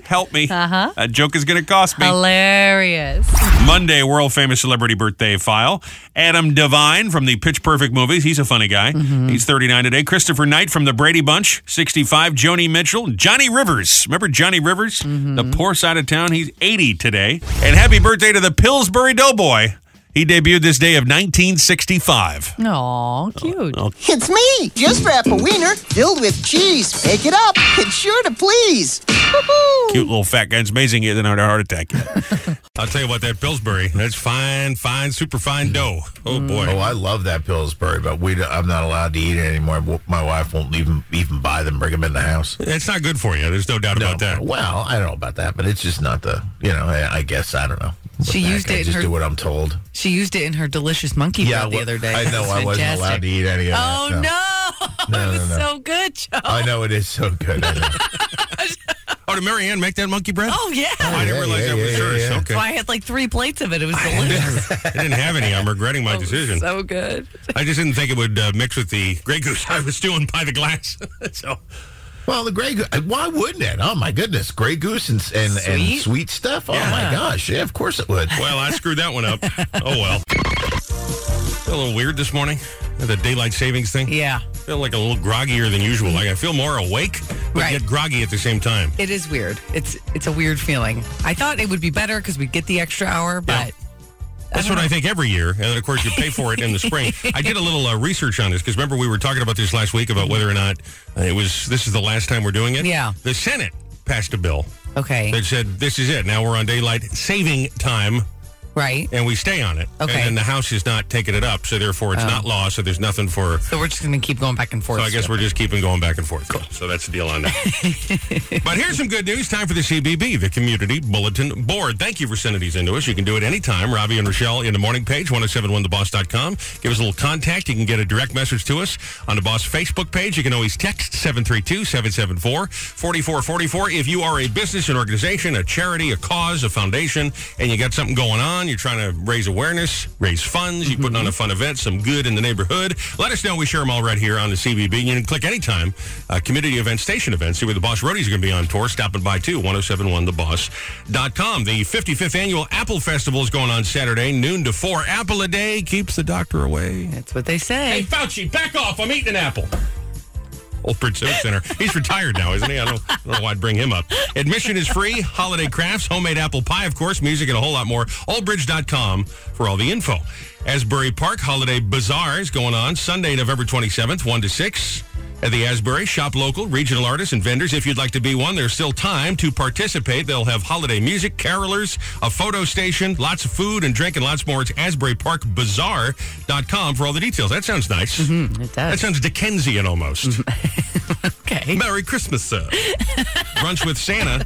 Help me. Uh-huh. That joke is going to cost me. Hilarious. Monday, world famous celebrity birthday file. Adam Devine from the Pitch Perfect movies. He's a funny guy. He's 39 today. Christopher Knight from the Brady Bunch, 65. Joni Mitchell. Johnny Rivers. Remember Johnny Rivers? The poor side of town. He's 80 today. And happy birthday to the Pillsbury Doughboy. He debuted this day of 1965. Oh, Aw, cute. It's me! Just wrap a wiener filled with cheese. Pick it up. It's sure to please. Woo-hoo. Cute little fat guy. It's amazing he hasn't had a heart attack yet. I'll tell you what, that Pillsbury, that's fine, fine, super fine dough. Oh, boy. Oh, I love that Pillsbury, but we I'm not allowed to eat it anymore. W- My wife won't even even buy them, bring them in the house. It's not good for you. There's no doubt about that. Well, I don't know about that, but it's just not the you know. I, I guess I don't know. With She that, used I it in Just her- do what I'm told. She used it in her delicious monkey bread the well, other day. I know It's I wasn't fantastic. allowed to eat any of Oh that. no! No, it no, was no. so good, Joe. I know it is so good. I know. Oh, did Marianne make that monkey bread? Oh yeah. I didn't yeah, realize yeah, that was yeah, hers. yeah. Okay. So I had like three plates of it. It was delicious. I didn't have any. I'm regretting Oh, my decision. so good. I just didn't think it would uh, mix with the Grey Goose I was doing by the glass. so Well, the gray goose. Why wouldn't it? Oh my goodness, gray goose and and sweet, and Sweet? sweet stuff. Oh my gosh, yeah, of course it would. Well, I screwed that one up. Oh well. Feel a little weird this morning. The daylight savings thing. Yeah, Feel like a little groggier than usual. Like I feel more awake, but Right. yet groggy at the same time. it is weird. It's it's a weird feeling. I thought it would be better because we get the extra hour, but That's Uh-huh. what I think every year. And then, of course, you pay for it in the spring. I did a little uh, research on this because remember we were talking about this last week about whether or not uh, it was. This is the last time we're doing it. Yeah. The Senate passed a bill okay, that said this is it. Now we're on daylight saving time. right. And we stay on it. Okay. And then the House is not taking it up, so therefore it's not law, so there's nothing for So we're just gonna keep going back and forth. So I guess we're just keeping going back and forth. So that's the deal on that. but here's some good news. Time for the CBB, the Community Bulletin Board. Thank you for sending these into us. You can do it anytime. Robbie and Rochelle in the morning page, 1071theboss.com. Give us a little contact. You can get a direct message to us on the Boss Facebook page. You can always text 732-774-4444. If you are a business, an organization, a charity, a cause, a foundation, and you got something going on, you're trying to raise awareness, raise funds, you're putting on a fun event, some good in the neighborhood, let us know. We share them all right here on the CBB. You can click anytime, uh, community events, station events, see where the Boss Roadies are going to be on tour. Stopping by, too, 1071theboss.com. The 55th Annual Apple Festival is going on Saturday, noon to 4. Apple a day keeps the doctor away. That's what they Hey, say. Fauci, back off. I'm eating an apple. Old Prince Civic Center. He's retired now, isn't he? I don't, I don't know why I'd bring him up. Admission is free. Holiday crafts, homemade apple pie, of course, music, and a whole lot more. Oldbridge.com for all the info. Asbury Park Holiday Bazaar is going on Sunday, November 27th, 1 to 6 at the Asbury. Shop local, regional artists, and vendors. If you'd like to be one, there's still time to participate. They'll have holiday music, carolers, a photo station, lots of food and drink, and lots more. It's asburyparkbazaar.com for all the details. That sounds nice. It That does. sounds Dickensian almost. okay. Merry Christmas, sir. Brunch with Santa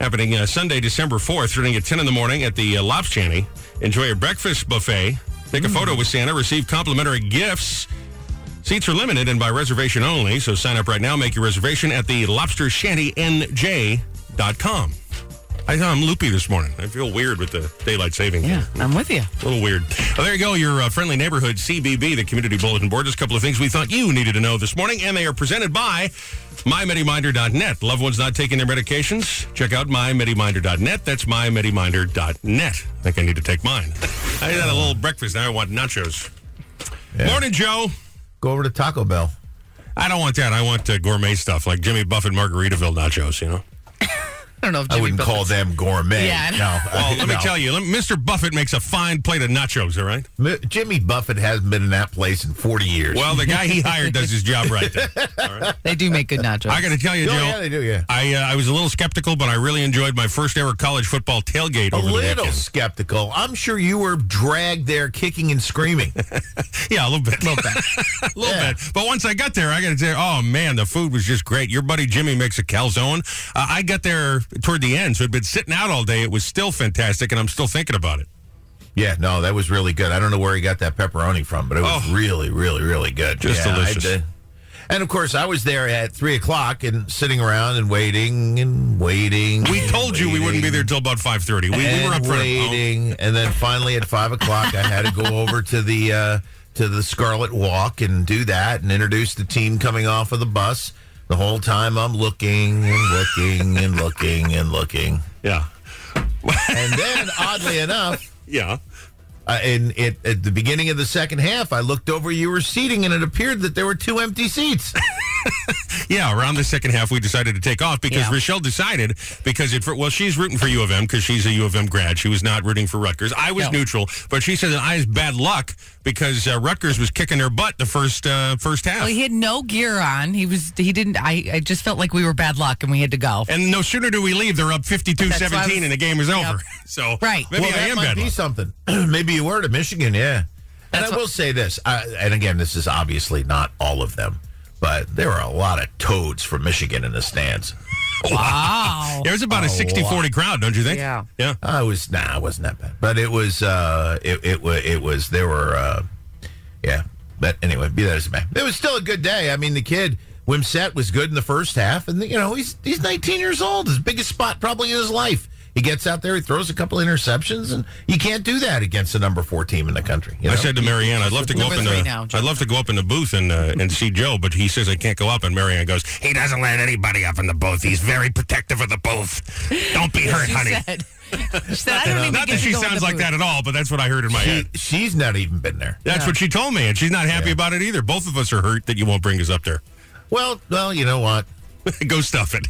happening uh, Sunday, December 4th, starting at 10 in the morning at the uh, Lops Shanty. Enjoy a breakfast buffet. Mm. Take a photo with Santa. Receive complimentary gifts. Seats are limited and by reservation only, so sign up right now. Make your reservation at the lobstershantynj.com. I know I'm loopy this morning. I feel weird with the daylight saving. Yeah, I'm with you. A little weird. Well, there you go, your uh, friendly neighborhood CBB, the Community Bulletin Board. Just a couple of things we thought you needed to know this morning, and they are presented by MyMediminder.net. Loved ones not taking their medications? Check out MyMediminder.net. That's MyMediminder.net. I think I need to take mine. I had a little breakfast. Now I want nachos. Morning, Joe. Go over to Taco Bell. I don't want that. I want uh, gourmet stuff like Jimmy Buffett Margaritaville nachos, you know? I don't know if I Jimmy wouldn't Buffett- call them gourmet. Yeah, I know. no. Well, I- let me no. tell you, let- Mr. Buffett makes a fine plate of nachos, all right? M- Jimmy Buffett hasn't been in that place in 40 years. Well, the guy he hired does his job right then. They do make good nachos. I got to tell you, Oh, Joe. yeah, they do, yeah. I uh, I was a little skeptical, but I really enjoyed my first ever college football tailgate a over the little weekend. skeptical. I'm sure you were dragged there kicking and screaming. Yeah, a little bit, a little bit, a little Yeah. bit. But once I got there, I got to say, oh man, the food was just great. Your buddy Jimmy makes a calzone. Uh, I got there toward the end, so I'd been sitting out all day. It was still fantastic, and I'm still thinking about it. yeah, no, that was really good. I don't know where he got that pepperoni from, but it was Oh. really, really, really good. Just Yeah, I delicious. did. and of course, I was there at 3 o'clock and sitting around and waiting and waiting. We and told you we wouldn't be waiting. there till about five thirty. We, we and were up for an waiting, and then finally at five o'clock, I had to go over to the uh, to the Scarlet Walk and do that, and introduce the team coming off of the bus. The whole time I'm looking and looking and looking and looking, yeah, and then oddly enough. yeah. Uh, in it, at the beginning of the second half, I looked over. You were seating, and it appeared that there were two empty seats. yeah, around the second half, we decided to take off because Yeah. Rochelle decided because it. Well, she's rooting for U of M because she's a U of M grad. She was not rooting for Rutgers. I was No. neutral, but she said that I is bad luck because uh, Rutgers was kicking their butt the first uh, first half. Well, he had no gear on. He was. He didn't. I. I just felt like we were bad luck, and we had to go. And no sooner do we leave, they're up 52 That's why I 17 was- and the game is over. So Right. maybe well, I that am might bad. be luck. something. maybe you were to Michigan, yeah. And That's I what- will say this, I, and again, this is obviously not all of them, but there were a lot of toads from Michigan in the stands. Wow. There's about Oh, a 60 40 crowd, don't you think? Yeah. Yeah. I was nah, I wasn't that bad, but it was uh, it it was it was there were uh, yeah. But anyway, be that as it may, it was still a good day. I mean, the kid Wimsett was good in the first half, and you know he's he's 19 years old, his biggest spot probably in his life. He gets out there, he throws a couple interceptions, and you can't do that against the number four team in the country. you I know? said to Marianne, I'd love to go up Number in three the, now, Joe. I'd love to go up in the booth and uh, and see Joe, but he says I can't go up. And Marianne goes, he doesn't let anybody up in the booth. He's very protective of the booth. Don't be hurt, She honey. said. She said, I don't even Not get that to she go in sounds the like booth." that at all, but that's what I heard in my She, head. she's not even been there. That's what she told me, and she's not happy about it either. Both of us are hurt that you won't bring us up there. Well, well, you know what? go stuff it.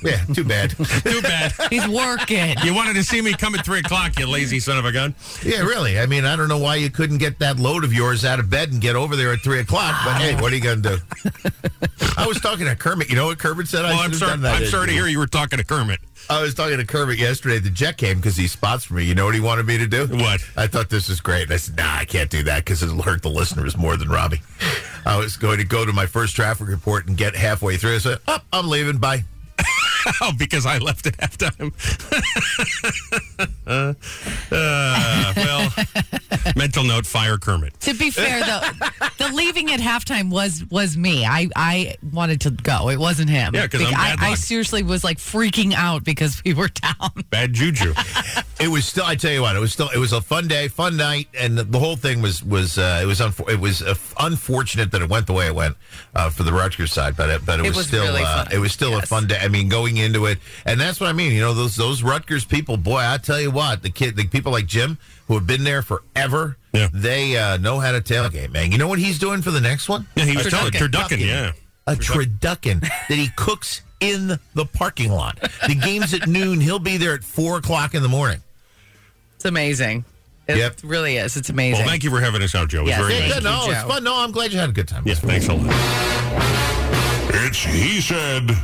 Yeah, too bad. Too bad. He's working. You wanted to see me come at three o'clock, you lazy son of a gun. yeah, really. I mean, I don't know why you couldn't get that load of yours out of bed and get over there at three o'clock. But hey, what are you going to do? I was talking to Kermit. You know what Kermit said? Well, I Oh, I'm should have sorry. done that. I'm sorry to hear you were talking to Kermit. I was talking to Kermit yesterday. The jet came because he spots for me. You know what he wanted me to do? What? I thought this was great. And I said, nah, I can't do that because it'll hurt the listeners more than Robbie. I was going to go to my first traffic report and get halfway through. I said, oh, I'm leaving. Bye. Oh, because I left at halftime. uh, well, mental note: fire Kermit. To be fair, though, the leaving at halftime was was me. I I wanted to go. It wasn't him. Yeah, 'cause I'm Like, bad I, I luck. seriously was like freaking out because we were down. Bad juju. It was still. I tell you what, it was still. It was a fun day, fun night, and the whole thing was was uh, it was unfor- it was uh, f- unfortunate that it went the way it went uh, for the Rutgers side, but it, but it, was, was still really uh, fun, it was still a yes. fun day. I mean, going into it, and that's what I mean. You know, those those Rutgers people, boy, I tell you what, the kid, the people like Jim who have been there forever, Yeah. they uh, know how to tailgate, man. You know what he's doing for the next one? Yeah, he was A telling turducken. Yeah, a turducken that he cooks in the parking lot. The game's at noon. He'll be there at four o'clock in the morning. It's amazing. It Yep. really is. It's amazing. Well, thank you for having us out, Joe. It was Yes. very Yeah, nice. good. No, Joe. it's fun. No, I'm glad you had a good time. Yes, thanks a lot. It's He Said,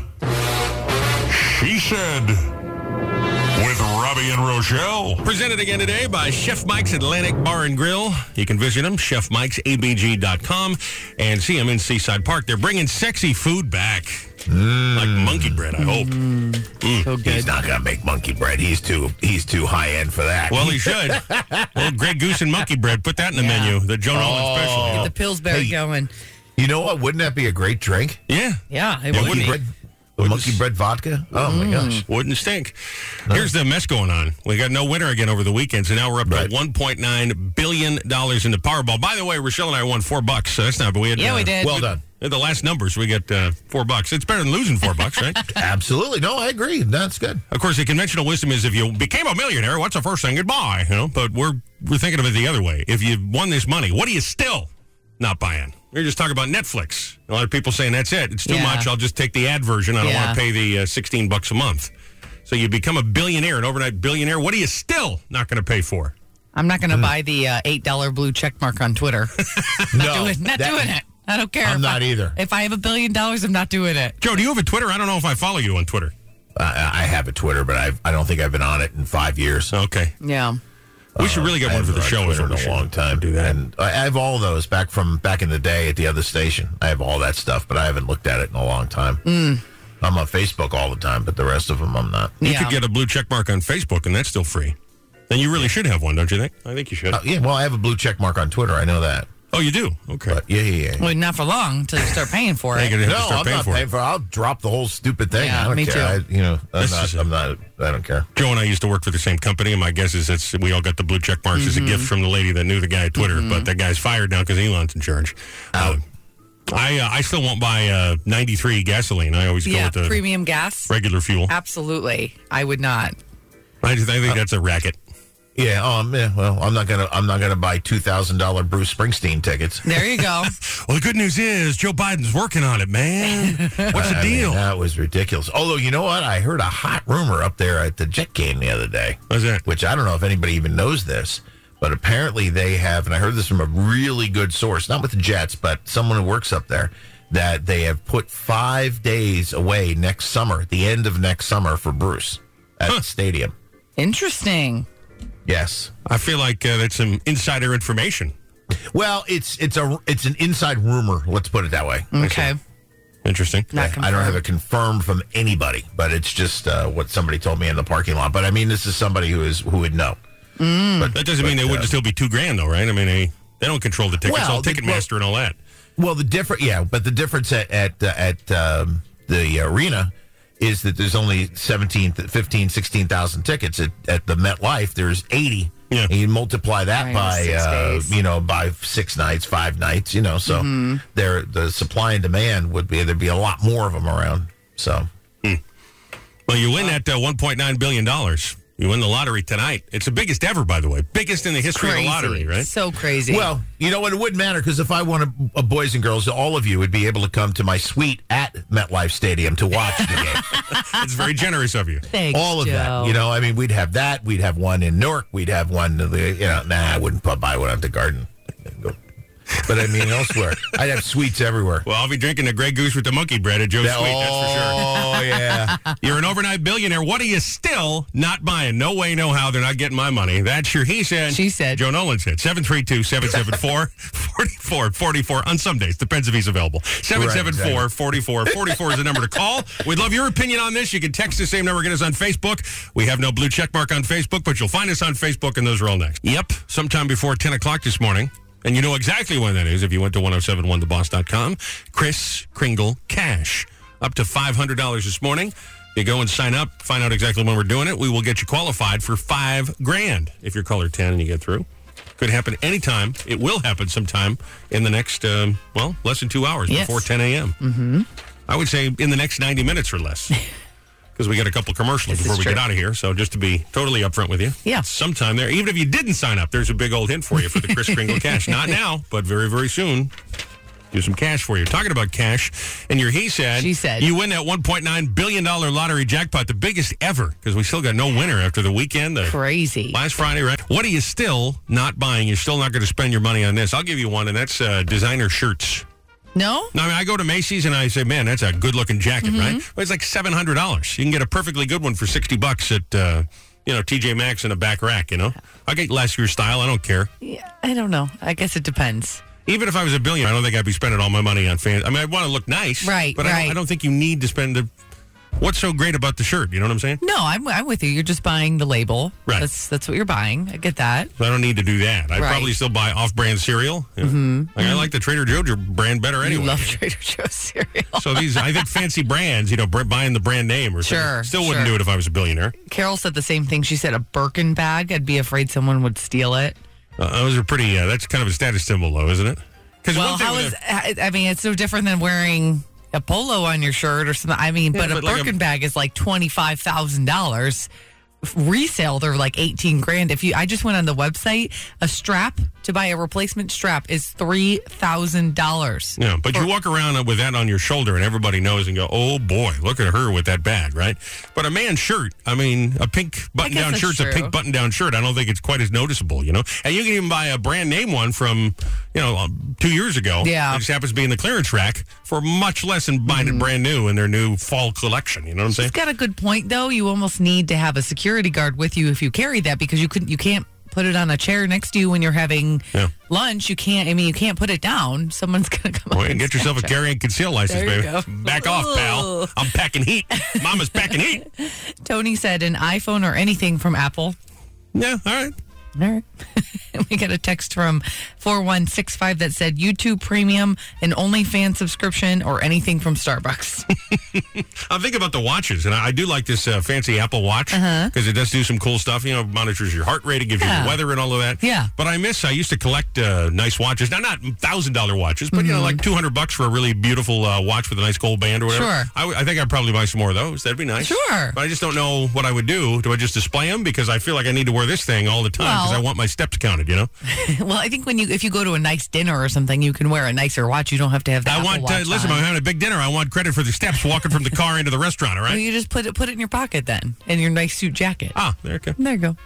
She Said, with Robbie and Rochelle. Presented again today by Chef Mike's Atlantic Bar and Grill. You can visit them, chefmikesabg.com, and see them in Seaside Park. They're bringing sexy food back, Mm. like monkey bread, I hope. He's not gonna make monkey bread. He's too he's too high end for that. Well, he should. well, Grey Goose and Monkey Bread. Put that in the Yeah. menu. The Joan Oh. Allen special. the Pillsbury Hey. going. you know what? Wouldn't that be a great drink? Yeah. Yeah, it Yeah, wouldn't would be. Monkey it? bread, the monkey bread vodka. Oh my gosh! Wouldn't stink. Here's the mess going on. We got no winner again over the weekend, so now we're up Right. to $1.9 billion in the Powerball. By the way, Rochelle and I won four bucks, so that's not bad. We had, Yeah, we did. Well done. The last numbers, we got uh, four bucks. It's better than losing four bucks, right? Absolutely. No, I agree. That's good. Of course, the conventional wisdom is if you became a millionaire, what's the first thing you'd buy? You know, but we're we're thinking of it the other way. If you won this money, what are you still not buying? We We're just talking about Netflix. A lot of people saying that's it. It's too Yeah. much. I'll just take the ad version. I don't Yeah. want to pay the uh, sixteen bucks a month. So you become a billionaire, an overnight billionaire. What are you still not going to pay for? I'm not Mm. going to buy the uh, eight dollar blue check mark on Twitter. No, Doing- not that- doing it. I don't care. I'm if I- not either. If I have a billion dollars, I'm not doing it. Joe, do you have a Twitter? I don't know if I follow you on Twitter. I, I have a Twitter, but I've, I don't think I've been on it in five years. Okay, Yeah. we should really get I one for haven't the been on show. Twitter in We should a long time. Do that. And I I have all those back from back in the day at the other station. I have all that stuff, but I haven't looked at it in a long time. I'm on Facebook all the time, but the rest of them I'm not. You Mm. yeah. could get a blue check mark on Facebook, and that's still free. Then you really should have one, don't you think? I think you should. Uh, yeah, well, I have a blue check mark on Twitter. I know that. Oh, you do? Okay. But yeah, yeah, yeah. well, not for long until you start paying for I it. think you're gonna have to No, start I'm paying not for paying it. for. I'll drop the whole stupid thing. Yeah, I don't me care. too. I, you know, I'm This not. is- I'm not. I don't care. Joe and I used to work for the same company, and my guess is that's we all got the blue check marks as a Mm-hmm. gift from the lady that knew the guy at Twitter, but that guy's fired now because Elon's in charge. Um, I uh, I still won't buy uh, 93 gasoline. I always yeah, go with the premium gas. regular fuel. Absolutely. I would not. I, just, I think that's a racket. Yeah. Um. Yeah, well, I'm not gonna. I'm not gonna buy two thousand dollar Bruce Springsteen tickets. There you go. Well, the good news is Joe Biden's working on it, man. What's the I mean, deal? that was ridiculous. Although you know what, I heard a hot rumor up there at the Jet game the other day. What's that? Which I don't know if anybody even knows this, but apparently they have, and I heard this from a really good source, not with the Jets, but someone who works up there, that they have put five days away next summer, the end of next summer for Bruce at the stadium. Interesting. Yes. I feel like uh, that's some insider information. Well, it's it's a it's an inside rumor. Let's put it that way. Okay. Interesting. Not I don't confirmed. have it confirmed from anybody, but it's just uh, what somebody told me in the parking lot. But I mean, this is somebody who is who would know. But That doesn't mean they but, wouldn't uh, still be two grand, though, right? I mean, they, they don't control the tickets, Well, all they- Ticketmaster and all that. Well, the different, yeah, but the difference at at uh, at um, the arena is that there's only 17, 15, 16,000 tickets at, at the MetLife. There's eighty. Yeah. And you multiply that Right, by six uh, days. Mm-hmm. you know by six nights, five nights, you know. So there, the supply and demand would be there'd be a lot more of them around. So Well, you win that uh, $1.9 billion. You win the lottery tonight. It's the biggest ever, by the way. Biggest in the history Crazy. of the lottery, right? So crazy. Well, you know what? It wouldn't matter because if I wanted a boys and girls, all of you would be able to come to my suite at MetLife Stadium to watch the game. It's very generous of you. Thanks, all of that. Joe. You know, I mean, we'd have that. We'd have one in Newark. We'd have one. in the- You know, nah, I wouldn't put buy one at the Garden. But I mean, elsewhere, I'd have suites everywhere. Well, I'll be drinking the Grey Goose with the monkey bread at Joe's Sweet, that's for sure. Oh yeah. You're an overnight billionaire. What are you still not buying? No way, no how. They're not getting my money. That's your he said. She said. Joe Nolan said. 732 774 44 44 on some days. Depends if he's available. 774 44 44 is the number to call. We'd love your opinion on this. You can text the same number. Get us on Facebook. We have no blue check mark on Facebook, but you'll find us on Facebook, and those are all next. Yep. Sometime before 10 o'clock this morning. And you know exactly when that is if you went to 1071theboss.com. Chris Kringle Cash up to $500 this morning. You go and sign up, find out exactly when we're doing it. We will get you qualified for five grand if you're color 10 and you get through. Could happen anytime. It will happen sometime in the next, um, well, less than two hours Yes. before 10 a.m. Mm-hmm. I would say in the next 90 minutes or less. Because we got a couple commercials This is before we get true. out of here. So just to be totally upfront with you. Yeah. Sometime there, even if you didn't sign up, there's a big old hint for you for the Chris Kringle cash. Not now, but very, very soon do some cash for you. Talking about cash, and your he said, She said. you win that one point nine billion dollar lottery jackpot, the biggest ever, because we still got no winner after the weekend. The crazy. Last Friday, right? What are you still not buying? You're still not going to spend your money on this. I'll give you one, and that's uh, designer shirts. No? No, I mean, I go to Macy's and I say, man, that's a good looking jacket, Mm-hmm. right? Well, it's like seven hundred dollars. You can get a perfectly good one for sixty bucks at uh, you know TJ Maxx in a back rack. You know, I get last year's style. I don't care. Yeah, I don't know. I guess it depends. Even if I was a billionaire, I don't think I'd be spending all my money on fans. I mean, I want to look nice, Right, But I, right. don't, I don't think you need to spend the. What's so great about the shirt? You know what I'm saying? No, I'm, I'm with you. You're just buying the label. Right. That's that's what you're buying. I get that. So I don't need to do that. I would Right. Mm-hmm. probably still buy off-brand cereal. you know. Like I like the Trader Joe's brand better You anyway. love Trader Joe's cereal. so these, I think, fancy brands. You know, br- buying the brand name or something. Sure, Still wouldn't sure. do it if I was a billionaire. Carol said the same thing. She said a Birkin bag. I'd be afraid someone would steal it. Uh, those are pretty. Uh, that's kind of a status symbol, though, isn't it? Because Well, how is? I I mean, it's no different than wearing a polo on your shirt or something. I mean, but, a but like a- Birkin bag is like twenty five thousand dollars. Resale, they're like eighteen grand. If you, I just went on the website. A strap to buy a replacement strap is three thousand dollars. Yeah, but you walk around with that on your shoulder, and everybody knows and go, "Oh boy, look at her with that bag, right?" But a man's shirt, I mean, a pink button-down that's shirt's a true. pink button-down shirt. I don't think it's quite as noticeable, you know. And you can even buy a brand name one from, you know, um, two years ago. Yeah. Mm-hmm. it just happens to be in the clearance rack for much less than buying it brand new in their new fall collection. You know what I'm saying? It's got a good point though. You almost need to have a security guard with you if you carry that because you couldn't you can't put it on a chair next to you when you're having Yeah. lunch. You can't I mean you can't put it down. Someone's gonna come Boy, up and and get yourself a snatch it. carry and conceal license, There you baby. go. Back off, pal. Ooh. I'm packing heat. Mama's packing heat. Tony said an iPhone or anything from Apple. Yeah, all right. All right. we got a text from 4165 that said YouTube Premium, an OnlyFans subscription, or anything from Starbucks. I'm thinking about the watches, and I, I do like this uh, fancy Apple Watch because it does do some cool stuff. You know, monitors your heart rate, it gives you Uh-huh. Yeah. the weather and all of that. Yeah. But I miss. I used to collect uh, nice watches. Now, not thousand dollar watches, but you Mm-hmm. know, like two hundred bucks for a really beautiful uh, watch with a nice gold band or whatever. Sure. I, would- I think I'd probably buy some more of those. That'd be nice. Sure. But I just don't know what I would do. Do I just display them because I feel like I need to wear this thing all the time because Well- I want my steps counted? You know. well, I think when you if you go to a nice dinner or something, you can wear a nicer watch. You don't have to have the I Apple want. Uh, Watch listen, on. I'm having a big dinner. I want credit for the steps walking from the car into the restaurant. All Well, right. you just put it put it in your pocket then, in your nice suit jacket. Ah, there it goes. There you go.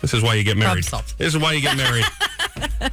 This is why you get married. solved. This is why you get married.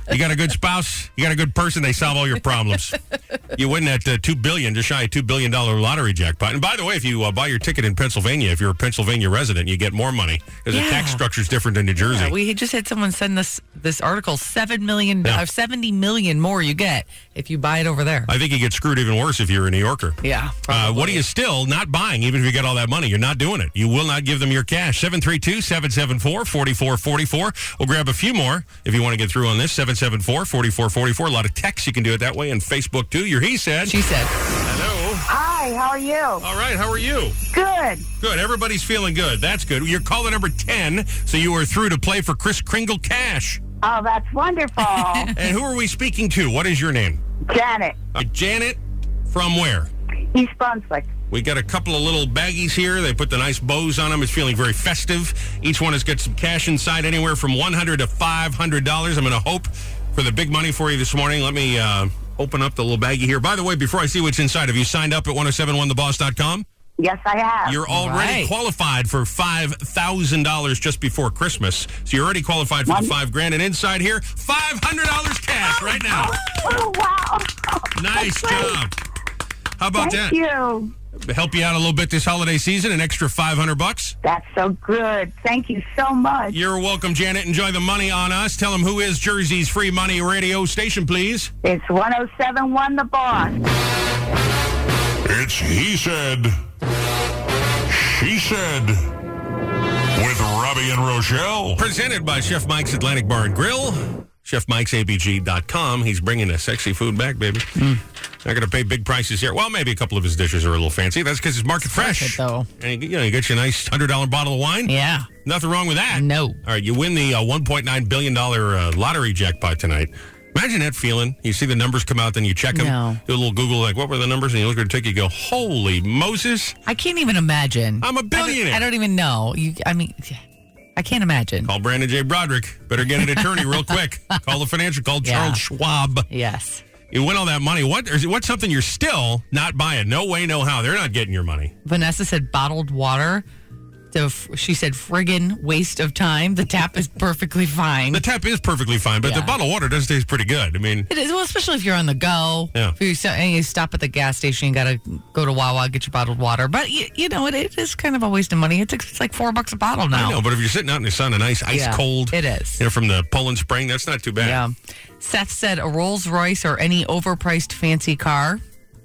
you got a good spouse. You got a good person. They solve all your problems. you win that uh, two billion, just shy of two billion dollar lottery jackpot. And by the way, if you uh, buy your ticket in Pennsylvania, if you're a Pennsylvania resident, you get more money because the Yeah. tax structure is different than New Jersey. Yeah, we had just had someone send this this article seven million Yeah. or seventy million more you get if you buy it over there. I think you get screwed even worse if you're a New Yorker. yeah. Uh, what are you still not buying, even if you get all that money? You're not doing it. You will not give them your cash. 732 774 4444. We'll grab a few more if you want to get through on this. 774 4444. A lot of texts. You can do it that way. And Facebook, too. Your He Said. She said. Hello. Hi, how are you? All right. How are you? Good. Good. Everybody's feeling good. That's good. You're caller number 10, so you are through to play for Chris Kringle Cash. Oh, that's wonderful. And who are we speaking to? What is your name? Janet, Uh, Janet from where? East Brunswick. We got a couple of little baggies here. They put the nice bows on them. It's feeling very festive. Each one has got some cash inside, anywhere from one hundred to five hundred dollars. I'm going to hope for the big money for you this morning. Let me uh, open up the little baggie here. By the way, before I see what's inside, have you signed up at 1071theboss.com? Yes, I have. You're already Right. qualified for five thousand dollars just before Christmas. So you're already qualified for the five grand. And inside here, five hundred dollars cash right now. Oh, wow. Nice great. job. How about that? Thank you. Help you out a little bit this holiday season. An extra five hundred bucks. That's so good. Thank you so much. You're welcome, Janet. Enjoy the money on us. Tell them who is Jersey's free money radio station, please. It's 1071 The Boss. It's He Said, She Said, with Robbie and Rochelle. Presented by Chef Mike's Atlantic Bar and Grill, chefmikesabg.com. He's bringing the sexy food back, baby. Hmm. Not going to pay big prices here. Well, maybe a couple of his dishes are a little fancy. That's because it's market fresh. it, though. And, you know, you get you a nice $100 bottle of wine. Yeah. Nothing wrong with that. No. All right, you win the uh, $1.9 billion uh, lottery jackpot tonight. Imagine that feeling. You see the numbers come out, then you check them. No. Do a little Google, like, what were the numbers? And you look at the ticket, you go, holy Moses. I can't even imagine. I'm a I don't- billionaire. I don't, even know. You, I mean, I can't imagine. Call Brandon J. Broderick. Better get an attorney real quick. Call the financial. Call Yeah. Charles Schwab. Yes. You win all that money. What? Or is it, what's something you're still not buying? No way, no how. They're not getting your money. Vanessa said bottled water. So f- she said friggin' waste of time. The tap is perfectly fine. The tap is perfectly fine, but the Mm. Yeah. bottled water does taste pretty good. I mean, It is, well, especially if you're on the go. Yeah. If you, st- and you stop at the gas station, you got to go to Wawa, get your bottled water. But, you, you know, it, it is kind of a waste of money. It's, it's like four bucks a bottle now. I know, but if you're sitting out in the sun and ice, ice Yeah, cold, It is. you know, from the Poland Spring, that's not too bad. Yeah. Seth said a Rolls Royce or any overpriced fancy car.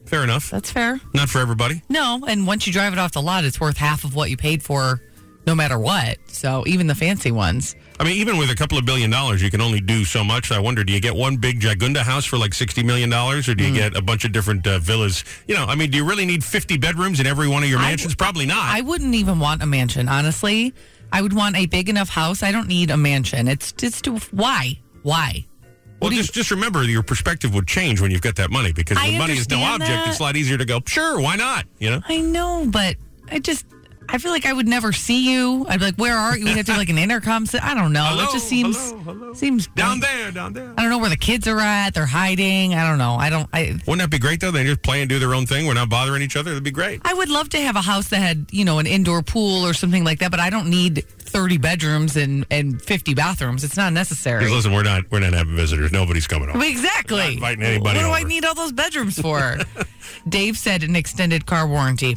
Fair enough. That's fair. Not for everybody. No, and once you drive it off the lot, it's worth half of what you paid for, no matter what. So even the fancy ones. I mean, even with a couple of billion dollars, you can only do so much. I wonder, do you get one big Jagunda house for like $60 million, or do Hmm. you get a bunch of different uh, villas? You know, I mean, do you really need 50 bedrooms in every one of your mansions? Probably not. I wouldn't even want a mansion, honestly. I would want a big enough house. I don't need a mansion. It's it's too why why. well, just, just remember your perspective would change when you've got that money because I when money is no understand object, that. it's a lot easier to go, sure, why not? You know? I know, but I just I feel like I would never see you. I'd be like, where are you? We'd have to do like an intercom. Set. I don't know. it just Hello, seems hello, hello. seems Down there, down there. I don't know where the kids are at. They're hiding. I don't know. I don't. I Wouldn't that be great, though? They just play and do their own thing. We're not bothering each other. That'd be great. I would love to have a house that had you know an indoor pool or something like that, but I don't need thirty bedrooms and and fifty bathrooms. It's not necessary. Because listen, we're not we're not having visitors. Nobody's coming over. Exactly. Not inviting anybody What do I over. need all those bedrooms for? Dave said an extended car warranty.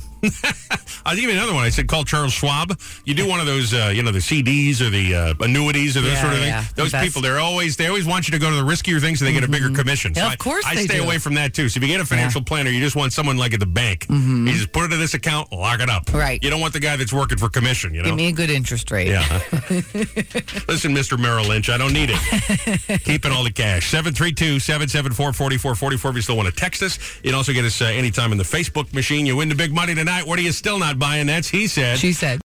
I'll give you another one. I said call Charles Schwab. You do one of those, uh, you know, the CDs or the uh, annuities or those Yeah, sort of things. yeah. Those Invest- people, they're always they always want you to go to the riskier things so they get a bigger commission. So Yeah, Mm-hmm. of I- course I, they stay do. away from that too. So if you get a financial planner, you just want someone like at the bank. You just put it in this account, lock it up. Mm-hmm. Right. You don't want the guy that's working for commission. You know. Give me a good interest rate. Yeah. Listen, Mr. Merrill Lynch, I don't need it. Keeping all the cash. 732 774 4444 if you still want to text us. You can also get us uh, anytime in the Facebook machine. You win the big money tonight. What are you still not buying? That's He Said. She said.